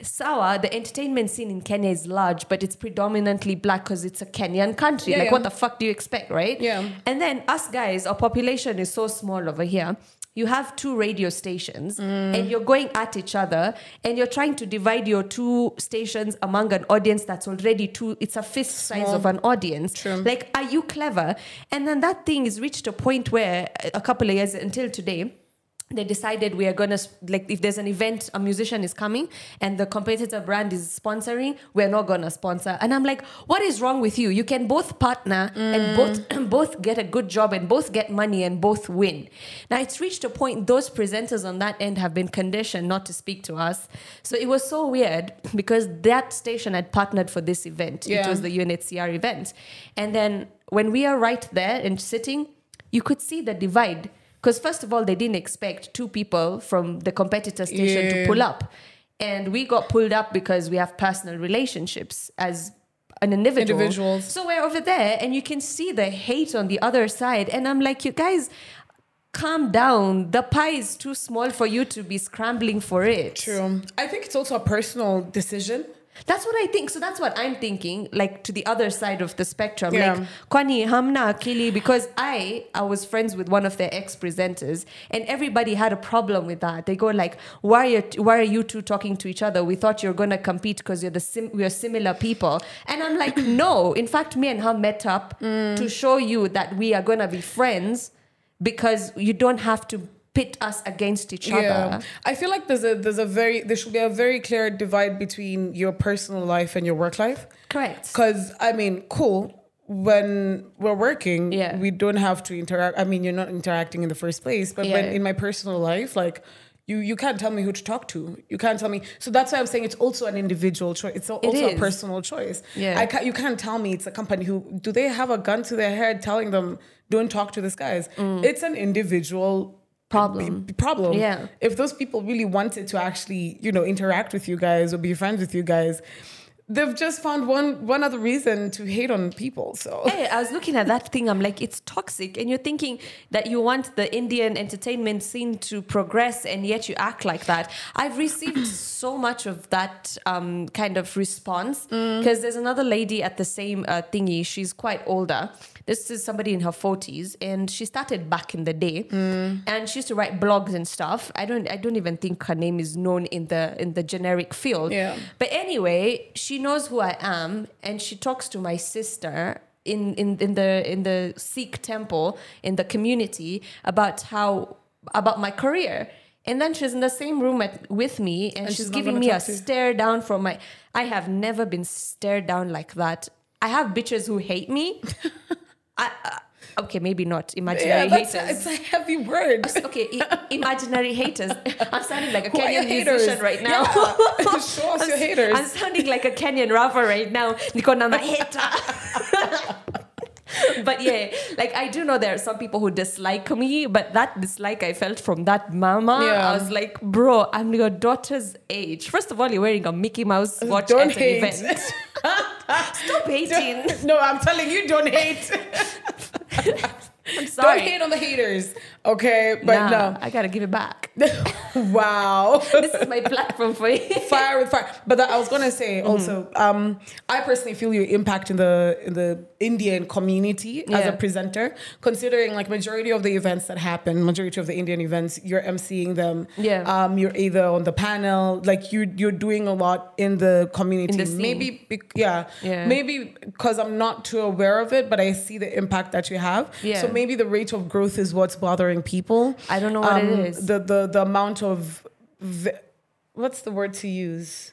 Speaker 2: Sawa, the entertainment scene in Kenya is large, but it's predominantly black because it's a Kenyan country.
Speaker 1: Yeah,
Speaker 2: like,
Speaker 1: yeah.
Speaker 2: what the fuck do you expect, right?
Speaker 1: Yeah.
Speaker 2: And then us guys, our population is so small over here. You have two radio stations
Speaker 1: Mm.
Speaker 2: and you're going at each other and you're trying to divide your two stations among an audience that's already two, it's a fist size of an audience.
Speaker 1: True.
Speaker 2: Like, are you clever? And then that thing is reached a point where uh, a couple of years until today, they decided we are gonna sp- like if there's an event a musician is coming and the competitor brand is sponsoring we're not gonna sponsor and i'm like what is wrong with you you can both partner and both both get a good job and both get money and both win now it's reached a point those presenters on that end have been conditioned not to speak to us so it was so weird because that station had partnered for this event it
Speaker 1: Yeah.
Speaker 2: was the UNHCR event. And then when we are right there and sitting, you could see the divide. Because, first of all, they didn't expect two people from the competitor station to
Speaker 1: Yeah.
Speaker 2: pull up. And we got pulled up because we have personal relationships as an individual.
Speaker 1: Individuals.
Speaker 2: So we're over there and you can see the hate on the other side. And I'm like, you guys, calm down. The pie is too small for you to be scrambling for it.
Speaker 1: True. Um, I think it's also a personal decision.
Speaker 2: That's what I think. So that's what I'm thinking, like to the other side of the spectrum.
Speaker 1: Yeah.
Speaker 2: Like, Kwani, Hamna, Akili, because I I was friends with one of their ex-presenters, and everybody had a problem with that. They go like, why are you, why are you two talking to each other? We thought you're gonna compete because you're the sim- we're similar people. And I'm like, no. In fact, me and her met up to show you that we are gonna be friends because you don't have to pit us against each other.
Speaker 1: I feel like there's a there's a very there should be a very clear divide between your personal life and your work life.
Speaker 2: Correct.
Speaker 1: Cause I mean, cool. When we're working,
Speaker 2: Yeah.
Speaker 1: we don't have to interact. I mean, you're not interacting in the first place. But when
Speaker 2: Yeah.
Speaker 1: in my personal life, like you, you can't tell me who to talk to. You can't tell me. So that's why I'm saying it's also an individual choice. It's al-
Speaker 2: It
Speaker 1: also
Speaker 2: is.
Speaker 1: a personal choice.
Speaker 2: Yeah.
Speaker 1: I can't, you can't tell me it's a company who do they have a gun to their head telling them don't talk to these guys. It's an individual
Speaker 2: Mm. Problem.
Speaker 1: b- problem.
Speaker 2: Yeah.
Speaker 1: If those people really wanted to actually, you know, interact with you guys or be friends with you guys, they've just found one one other reason to hate on people. So
Speaker 2: Hey, I was looking at that thing. I'm like, it's toxic. And you're thinking that you want the Indian entertainment scene to progress, and yet you act like that. I've received so much of that um, kind of response because there's another lady at the same uh, thingy. She's quite older. This is somebody in her 40s, and she started back in the day, and she used to write blogs and stuff. I don't, I don't even think her name is known in the in the generic field.
Speaker 1: Yeah.
Speaker 2: But anyway, she knows who I am, and she talks to my sister in in, in the in the Sikh temple in the community about how about my career. And then she's in the same room at, with me, and, she's,
Speaker 1: she's not
Speaker 2: giving
Speaker 1: gonna
Speaker 2: me a
Speaker 1: talk to you.
Speaker 2: stare down from my. I have never been stared down like that. I have bitches who hate me. I, uh, okay, maybe not imaginary
Speaker 1: that's it's
Speaker 2: haters.
Speaker 1: a heavy word.
Speaker 2: Okay, i- imaginary haters. I'm sounding like a
Speaker 1: Who are
Speaker 2: Kenyan
Speaker 1: your haters?
Speaker 2: musician right now.
Speaker 1: Yeah. Show us your haters.
Speaker 2: I'm sounding like a Kenyan rapper right now. Niko na hater. but yeah, like I do know there are some people who dislike me, but that dislike I felt from that mama,
Speaker 1: Yeah.
Speaker 2: I was like, bro, I'm your daughter's age. First of all, you're wearing a Mickey Mouse watch
Speaker 1: Uh, Don't
Speaker 2: at
Speaker 1: hate.
Speaker 2: an event. Stop hating.
Speaker 1: no, I'm telling you, don't hate.
Speaker 2: I'm
Speaker 1: Don't
Speaker 2: sorry.
Speaker 1: hate on the haters, okay? But
Speaker 2: Nah, I gotta give it back.
Speaker 1: no. wow.
Speaker 2: this is my platform for you.
Speaker 1: fire with fire. But that, I was gonna say
Speaker 2: Mm-hmm.
Speaker 1: also, um, I personally feel your impact in the in the Indian community as
Speaker 2: Yeah.
Speaker 1: a presenter, considering like majority of the events that happen, majority of the Indian events, you're emceeing them.
Speaker 2: Yeah.
Speaker 1: Um, you're either on the panel, like you you're doing a lot in the community.
Speaker 2: the scene.
Speaker 1: Maybe bec- yeah,
Speaker 2: Yeah.
Speaker 1: Maybe because I'm not too aware of it, but I see the impact that you have.
Speaker 2: Yeah.
Speaker 1: So maybe the rate of growth is what's bothering people.
Speaker 2: I don't know what it is.
Speaker 1: Um, The the the amount of v- what's the word to use?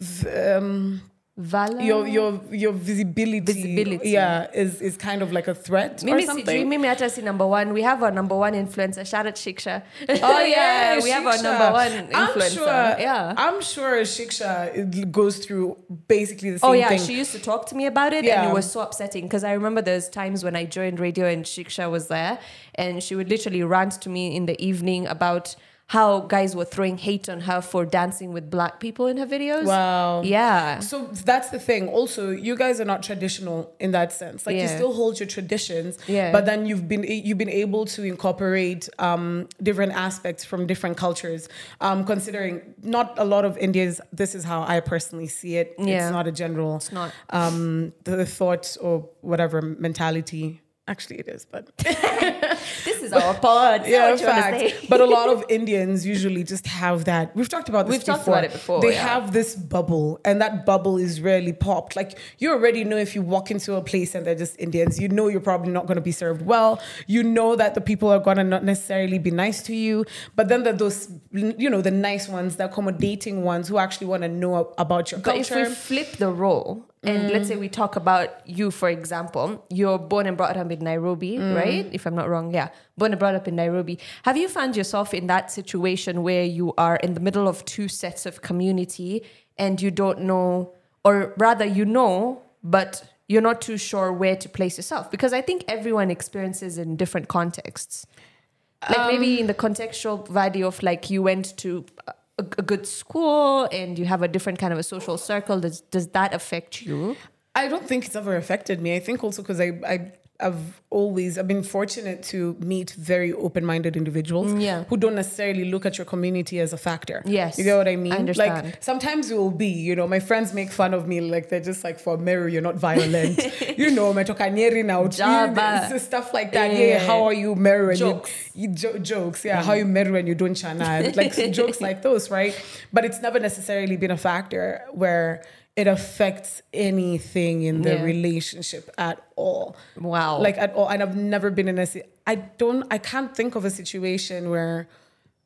Speaker 1: V- um,
Speaker 2: Valor.
Speaker 1: your your your visibility,
Speaker 2: Visibility.
Speaker 1: yeah, is is kind of like a threat or
Speaker 2: Mimi sijui,
Speaker 1: something.
Speaker 2: mimi hata si number one. We have our number one influencer. Shout out Shiksha.
Speaker 1: Oh yeah,
Speaker 2: we have our
Speaker 1: Shiksha.
Speaker 2: number one
Speaker 1: I'm
Speaker 2: influencer.
Speaker 1: sure.
Speaker 2: yeah.
Speaker 1: I'm sure Shiksha it goes through basically the same
Speaker 2: oh yeah,
Speaker 1: thing.
Speaker 2: she used to talk to me about it, and
Speaker 1: Yeah.
Speaker 2: it was so upsetting because I remember those times when I joined radio and Shiksha was there, and she would literally rant to me in the evening about how guys were throwing hate on her for dancing with black people in her videos.
Speaker 1: Wow.
Speaker 2: Yeah.
Speaker 1: So that's the thing. Also, you guys are not traditional in that sense. Like you
Speaker 2: Yeah.
Speaker 1: still hold your traditions,
Speaker 2: Yeah.
Speaker 1: but then you've been you've been able to incorporate um, different aspects from different cultures. Um, considering not a lot of Indians, this is how I personally see it.
Speaker 2: Yeah.
Speaker 1: It's not a general.
Speaker 2: It's not.
Speaker 1: Um, the, the thoughts or whatever mentality. Actually, it is, but
Speaker 2: This is our pod. Yeah, what you wanna
Speaker 1: fact.
Speaker 2: say.
Speaker 1: but a lot of Indians usually just have that. We've talked about this
Speaker 2: We've
Speaker 1: before.
Speaker 2: talked about it before,
Speaker 1: They
Speaker 2: yeah.
Speaker 1: have this bubble, and that bubble is rarely popped. Like you already know if you walk into a place and they're just Indians, you know you're probably not going to be served well. You know that the people are going to not necessarily be nice to you. But then there are those, you know, the nice ones, the accommodating ones who actually want to know about your
Speaker 2: But if
Speaker 1: culture.
Speaker 2: we flip the role, and let's say we talk about you, for example, you're born and brought up in Nairobi, right? If I'm not wrong, yeah, born and brought up in Nairobi. Have you found yourself in that situation where you are in the middle of two sets of community and you don't know, or rather, you know, but you're not too sure where to place yourself? Because I think everyone experiences in different contexts like maybe in the contextual value of like you went to a, a good school and you have a different kind of a social circle does, does that affect you
Speaker 1: I don't think it's ever affected me. I think also because I, I I've always I've been fortunate to meet very open minded individuals
Speaker 2: yeah.
Speaker 1: who don't necessarily look at your community as a factor.
Speaker 2: Yes.
Speaker 1: You get what I mean?
Speaker 2: I understand.
Speaker 1: Like sometimes it will be, you know, my friends make fun of me, like they're just like for Mary, you're not violent. you know, metokanyeri now
Speaker 2: Jaba.
Speaker 1: stuff like that.
Speaker 2: Yeah,
Speaker 1: Yeah,
Speaker 2: yeah, yeah.
Speaker 1: how are you Mary when
Speaker 2: Jokes. Mm.
Speaker 1: you, you jo- jokes, yeah, how you Mary when you don't chana. Like jokes like those, right? But it's never necessarily been a factor where it affects anything in the
Speaker 2: Yeah.
Speaker 1: relationship at all.
Speaker 2: Wow.
Speaker 1: Like at all. And I've never been in a si- I don't I can't think of a situation where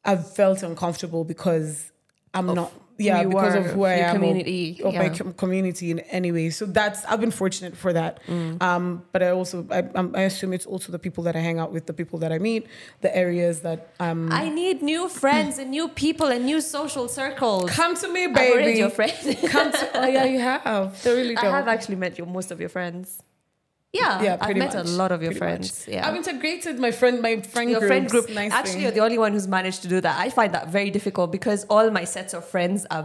Speaker 1: I've felt uncomfortable because I'm not yeah,
Speaker 2: you
Speaker 1: because
Speaker 2: are,
Speaker 1: of where I
Speaker 2: your
Speaker 1: am
Speaker 2: community,
Speaker 1: or, or my
Speaker 2: yeah.
Speaker 1: com- community in any way. So that's I've been fortunate for that.
Speaker 2: Mm.
Speaker 1: Um, but I also I, um, I assume it's also the people that I hang out with, the people that I meet, the areas that um
Speaker 2: i need new friends and new people and new social circles
Speaker 1: come to me,
Speaker 2: I've
Speaker 1: baby.
Speaker 2: already your friend
Speaker 1: come to oh yeah, you have. They really
Speaker 2: i
Speaker 1: do.
Speaker 2: have actually met your most of your friends yeah,
Speaker 1: yeah,
Speaker 2: i've
Speaker 1: pretty
Speaker 2: met
Speaker 1: much.
Speaker 2: a lot of your
Speaker 1: Pretty much.
Speaker 2: friends yeah
Speaker 1: I've integrated my friend, my friend
Speaker 2: your
Speaker 1: groups.
Speaker 2: friend group.
Speaker 1: Nice
Speaker 2: Actually,
Speaker 1: thing.
Speaker 2: you're the only one who's managed to do that. I find that very difficult because all my sets of friends are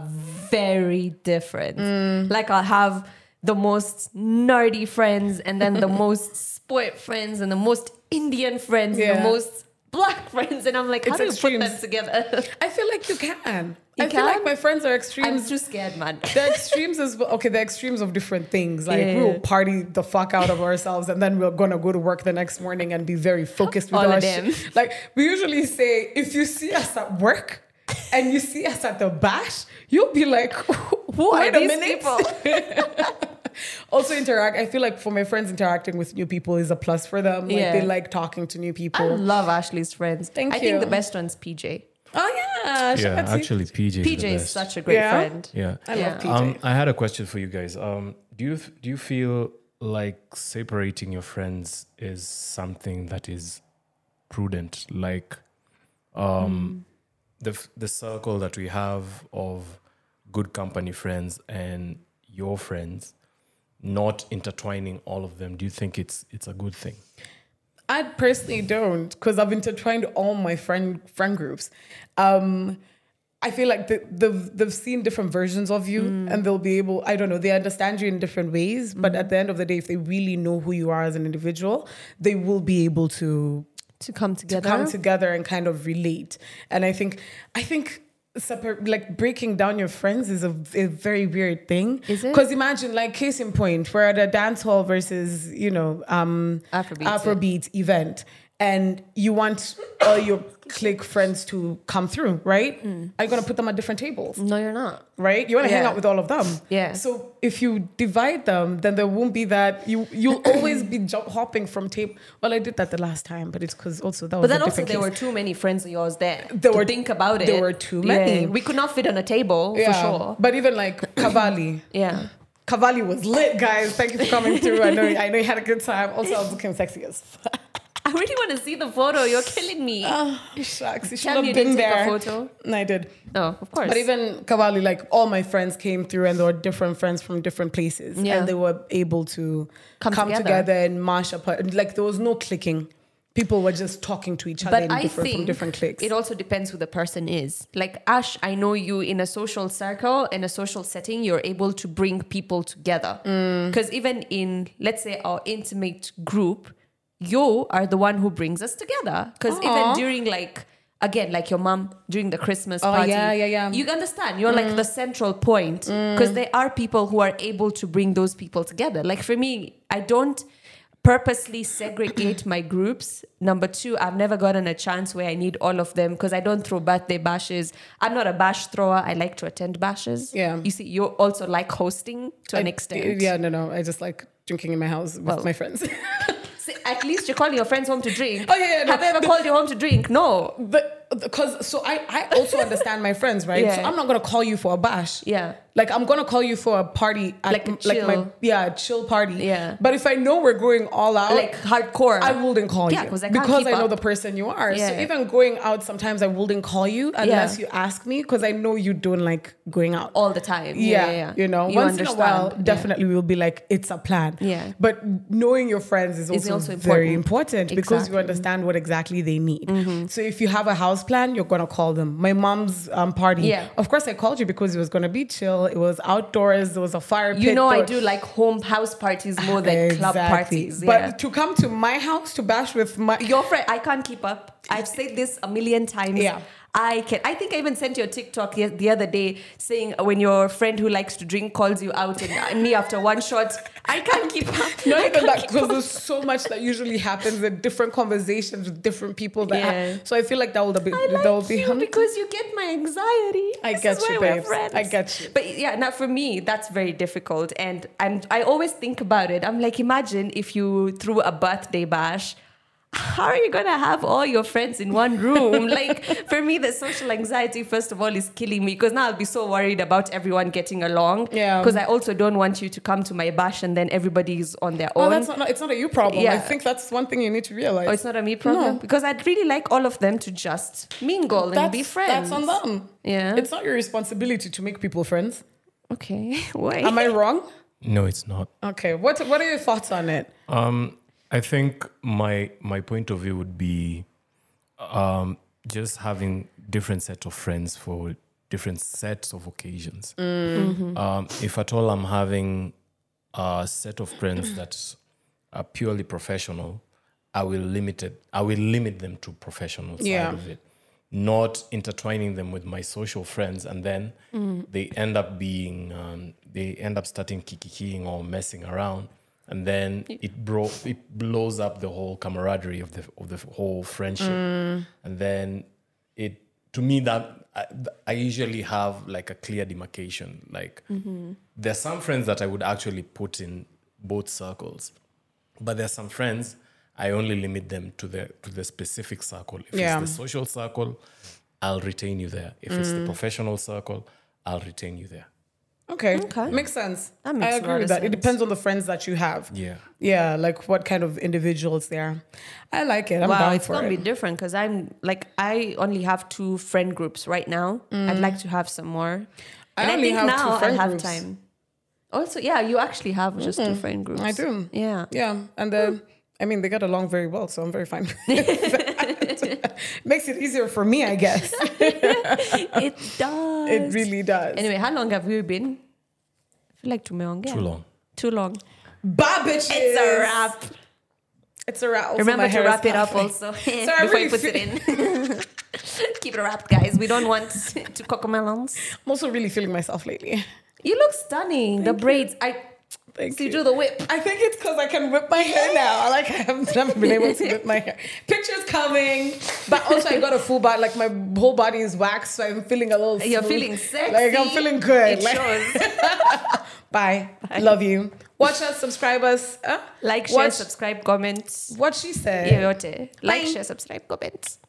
Speaker 2: very different.
Speaker 1: Mm.
Speaker 2: Like I'll have the most nerdy friends, and then the most sport friends, and the most Indian friends, and
Speaker 1: Yeah.
Speaker 2: the most black friends, and I'm like, how
Speaker 1: It's
Speaker 2: do you put them
Speaker 1: extremes.
Speaker 2: together?
Speaker 1: I feel like you can.
Speaker 2: You
Speaker 1: I feel like
Speaker 2: can?
Speaker 1: my friends are
Speaker 2: I'm
Speaker 1: extremes.
Speaker 2: too scared, man.
Speaker 1: they're extremes as well. Okay, they're extremes of different things. Like
Speaker 2: Yeah.
Speaker 1: we'll party the fuck out of ourselves, and then we're gonna go to work the next morning and be very focused with
Speaker 2: All
Speaker 1: our
Speaker 2: of them.
Speaker 1: shit. Like we usually say, if you see us at work and you see us at the bash, you'll be like,
Speaker 2: Who are
Speaker 1: wait a
Speaker 2: these
Speaker 1: minute.
Speaker 2: people?
Speaker 1: Also interact. I feel like for my friends, interacting with new people is a plus for them. Like
Speaker 2: Yeah. Um,
Speaker 1: they like talking to new
Speaker 2: I
Speaker 1: people.
Speaker 2: love Ashley's friends.
Speaker 1: Thank
Speaker 2: I think the
Speaker 1: you.
Speaker 2: best one's PJ.
Speaker 1: oh yeah, shout
Speaker 4: yeah,
Speaker 1: out to-
Speaker 4: actually, PJ.
Speaker 2: PJ
Speaker 4: the
Speaker 2: is
Speaker 4: best.
Speaker 2: such a great
Speaker 1: Yeah.
Speaker 2: friend.
Speaker 4: Yeah.
Speaker 1: I
Speaker 2: Yeah.
Speaker 1: love PJ.
Speaker 4: Um, I had a question for you guys. Um, do you do you feel like separating your friends is something that is prudent? Like, um,
Speaker 1: Hmm.
Speaker 4: the f- the circle that we have of good company friends and your friends, not intertwining all of them. Do you think it's it's a good thing?
Speaker 1: I personally don't because I've intertwined all my friend friend groups. Um, I feel like the, they've, they've seen different versions of you and they'll be able, I don't know, they understand you in different ways. But at the end of the day, if they really know who you are as an individual, they will be able to
Speaker 2: to come together.
Speaker 1: come together and kind of relate. And I think, I think separ- like breaking down your friends is a, a very weird thing.
Speaker 2: Is it?
Speaker 1: Because imagine, like, case in point, we're at a dance hall versus, you know, um,
Speaker 2: Afrobeats, yeah.
Speaker 1: Afrobeat event. And you want all your clique friends to come through, right? Are you gonna put them at different tables?
Speaker 2: no, you're not.
Speaker 1: right? You want to hang
Speaker 2: Mm. Yeah.
Speaker 1: out with all of them.
Speaker 2: Yeah.
Speaker 1: So if you divide them, then there won't be that you you'll always be jump hopping from tape. Well, I did that the last time, but it's because also that
Speaker 2: But
Speaker 1: was.
Speaker 2: then
Speaker 1: a
Speaker 2: also
Speaker 1: different
Speaker 2: there
Speaker 1: case.
Speaker 2: were too many friends of yours there.
Speaker 1: There
Speaker 2: to
Speaker 1: were-
Speaker 2: think about it.
Speaker 1: there were too many.
Speaker 2: Yeah. We could not fit on a table for sure.
Speaker 1: But even like Cavalli.
Speaker 2: Yeah.
Speaker 1: Cavalli was lit, guys. Thank you for coming through. I know I know you had a good time. Also, I was looking sexy as fuck.
Speaker 2: I really want to see the photo. You're killing me.
Speaker 1: Oh, shucks. You should
Speaker 2: Ah.
Speaker 1: have
Speaker 2: Cam, you
Speaker 1: been
Speaker 2: didn't take a
Speaker 1: there.
Speaker 2: photo?
Speaker 1: No, I did.
Speaker 2: oh, of course.
Speaker 1: But even Cavalli, like all my friends came through, and there were different friends from different places,
Speaker 2: Yeah.
Speaker 1: and they were able to come,
Speaker 2: Come
Speaker 1: together.
Speaker 2: together.
Speaker 1: and mash up. Like there was no clicking; people were just talking to each other in
Speaker 2: but I
Speaker 1: different,
Speaker 2: think
Speaker 1: from different cliques.
Speaker 2: it also depends who the person is. Like Ash, I know you in a social circle, in a social setting, you're able to bring people together.
Speaker 1: Mm.
Speaker 2: Because even in, let's say, our intimate group, you are the one who brings us together. Because even
Speaker 1: Aw.
Speaker 2: during like, again, like your mom during the Christmas
Speaker 1: Oh,
Speaker 2: party,
Speaker 1: yeah, yeah, yeah.
Speaker 2: you understand, you're like the
Speaker 1: Mm.
Speaker 2: central point. Because there are people who are able to bring those people together. Like for me, I don't purposely segregate my groups. Number two, I've never gotten a chance where I need all of them because I don't throw birthday bashes. I'm not a bash thrower. I like to attend bashes.
Speaker 1: Yeah.
Speaker 2: You see, you also like hosting to an
Speaker 1: I-
Speaker 2: extent.
Speaker 1: yeah, no, no. I just like drinking in my house with
Speaker 2: Well.
Speaker 1: my friends.
Speaker 2: See, at least you're calling your friends home to drink.
Speaker 1: Oh, yeah, yeah, no.
Speaker 2: Have I ever called you home to drink? No.
Speaker 1: but because so I, I also understand my friends, right? So
Speaker 2: Yeah.
Speaker 1: I'm not gonna call you for a bash.
Speaker 2: Yeah.
Speaker 1: Like I'm gonna call you for a party, at,
Speaker 2: Like a
Speaker 1: my
Speaker 2: chill.
Speaker 1: yeah a chill party.
Speaker 2: Yeah.
Speaker 1: But if I know we're going all out,
Speaker 2: Like hardcore.
Speaker 1: Oh. I wouldn't call
Speaker 2: Yeah,
Speaker 1: you
Speaker 2: 'cause I can't
Speaker 1: because
Speaker 2: keep
Speaker 1: I know
Speaker 2: up.
Speaker 1: the person you are. So
Speaker 2: Yeah.
Speaker 1: even going out, sometimes I wouldn't call you unless you ask me because I know you don't like going out.
Speaker 2: all the
Speaker 1: yeah,
Speaker 2: time. Yeah, yeah, yeah.
Speaker 1: you know,
Speaker 2: You
Speaker 1: once in a
Speaker 2: understand.
Speaker 1: while,
Speaker 2: Yeah.
Speaker 1: definitely we'll be like, it's a plan.
Speaker 2: Yeah.
Speaker 1: But knowing your friends is also,
Speaker 2: also
Speaker 1: very important
Speaker 2: important.
Speaker 1: because you
Speaker 2: Exactly. Mm-hmm.
Speaker 1: understand what exactly they need. So if you have a house plan, you're gonna call them. My mom's um, party.
Speaker 2: Yeah.
Speaker 1: Of course, I called you because it was gonna be chill. It was outdoors. There was a fire pit.
Speaker 2: You know, I
Speaker 1: There-
Speaker 2: do like home house parties more than club parties.
Speaker 1: But
Speaker 2: yeah.
Speaker 1: to come to my house to bash with my
Speaker 2: Your friend, I can't keep up. I've said this a million times.
Speaker 1: Yeah.
Speaker 2: I can. I think I even sent you a TikTok ye- the other day saying when your friend who likes to drink calls you out and uh, me after one shot, I can't keep up.
Speaker 1: Not
Speaker 2: I
Speaker 1: even
Speaker 2: can't
Speaker 1: that,
Speaker 2: keep
Speaker 1: because
Speaker 2: up.
Speaker 1: there's so much that usually happens in different conversations with different people. That
Speaker 2: Yeah.
Speaker 1: so I feel like that will be
Speaker 2: I like
Speaker 1: that will be
Speaker 2: you because you get my anxiety.
Speaker 1: I
Speaker 2: This
Speaker 1: get
Speaker 2: is
Speaker 1: you,
Speaker 2: why we're
Speaker 1: babes.
Speaker 2: friends.
Speaker 1: I get you.
Speaker 2: But yeah, now for me, that's very difficult, and I'm. I always think about it. I'm like, imagine if you threw a birthday bash. How are you gonna have all your friends in one room? like for me, the social anxiety first of all is killing me because now I'll be so worried about everyone getting along.
Speaker 1: Yeah.
Speaker 2: Because I also don't want you to come to my bash and then everybody's on their
Speaker 1: Oh,
Speaker 2: own.
Speaker 1: that's not, no, it's not a you problem. I
Speaker 2: Yeah.
Speaker 1: think that's one thing you need to realize.
Speaker 2: Oh, it's not a me problem
Speaker 1: No.
Speaker 2: because I'd really like all of them to just mingle and
Speaker 1: that's,
Speaker 2: be friends.
Speaker 1: That's on them.
Speaker 2: Yeah.
Speaker 1: It's not your responsibility to make people friends.
Speaker 2: Okay. Why?
Speaker 1: Am I wrong?
Speaker 4: No, it's not.
Speaker 1: Okay. What What are your thoughts on it?
Speaker 4: Um, I think my my point of view would be um, just having different set of friends for different sets of occasions. Um, if at all I'm having a set of friends that are purely professional, I will limit it. I will limit them to professional side
Speaker 1: Yeah.
Speaker 4: of it, not intertwining them with my social friends, and then they end up being um, they end up starting kikikiing or messing around, and then it bro it blows up the whole camaraderie of the of the whole friendship, and then it to me that I, I usually have like a clear demarcation like there's some friends that I would actually put in both circles but there's some friends I only limit them to the to the specific circle. If
Speaker 1: Yeah.
Speaker 4: it's the social circle, I'll retain you there. If it's the professional circle, I'll retain you there.
Speaker 1: Okay.
Speaker 2: Okay.
Speaker 1: Makes sense.
Speaker 2: That makes
Speaker 1: I
Speaker 2: a
Speaker 1: agree
Speaker 2: lot
Speaker 1: with
Speaker 2: of
Speaker 1: that. It
Speaker 2: sense.
Speaker 1: depends on the friends that you have.
Speaker 4: Yeah.
Speaker 1: Yeah, like what kind of individuals they are. I like it. I'm
Speaker 2: wow,
Speaker 1: down
Speaker 2: it's
Speaker 1: for
Speaker 2: gonna
Speaker 1: it.
Speaker 2: be different because I'm like I only have two friend groups right now. I'd like to have some more.
Speaker 1: I
Speaker 2: and
Speaker 1: only
Speaker 2: I think
Speaker 1: have two
Speaker 2: now
Speaker 1: friend
Speaker 2: I have
Speaker 1: groups.
Speaker 2: Mm-hmm. time. Also, yeah, you actually have just two friend groups.
Speaker 1: do.
Speaker 2: Yeah.
Speaker 1: Yeah, and the I mean, they got along very well, so I'm very fine. with that. Makes it easier for me, I guess.
Speaker 2: it does.
Speaker 1: It really does.
Speaker 2: Anyway, how long have we been? I feel like tumeongea.
Speaker 4: Too long.
Speaker 2: Too long.
Speaker 1: Bye, bitches.
Speaker 2: It's a wrap.
Speaker 1: It's a wrap. Also, my
Speaker 2: Remember to
Speaker 1: hair is
Speaker 2: wrap it up
Speaker 1: halfway.
Speaker 2: also
Speaker 1: So I
Speaker 2: before
Speaker 1: really
Speaker 2: he puts it in. Keep it wrapped, guys. We don't want to cocomelons.
Speaker 1: I'm also really feeling myself lately.
Speaker 2: You look stunning. the braids. I
Speaker 1: Thank
Speaker 2: see
Speaker 1: you.
Speaker 2: you do the whip.
Speaker 1: I think it's because I can whip my hair now. Like I have never been able to whip my hair. Pictures coming, but also I got a full body. Like my whole body is waxed, so I'm feeling a little.
Speaker 2: You're
Speaker 1: smooth.
Speaker 2: feeling sexy.
Speaker 1: Like I'm feeling good.
Speaker 2: It
Speaker 1: Like-
Speaker 2: shows.
Speaker 1: Bye. Love you. Watch us, subscribe us. Huh?
Speaker 2: Like, share,
Speaker 1: Watch-
Speaker 2: subscribe, comment.
Speaker 1: What she said.
Speaker 2: Yoyote. Like,
Speaker 1: Bye.
Speaker 2: share, subscribe, comment.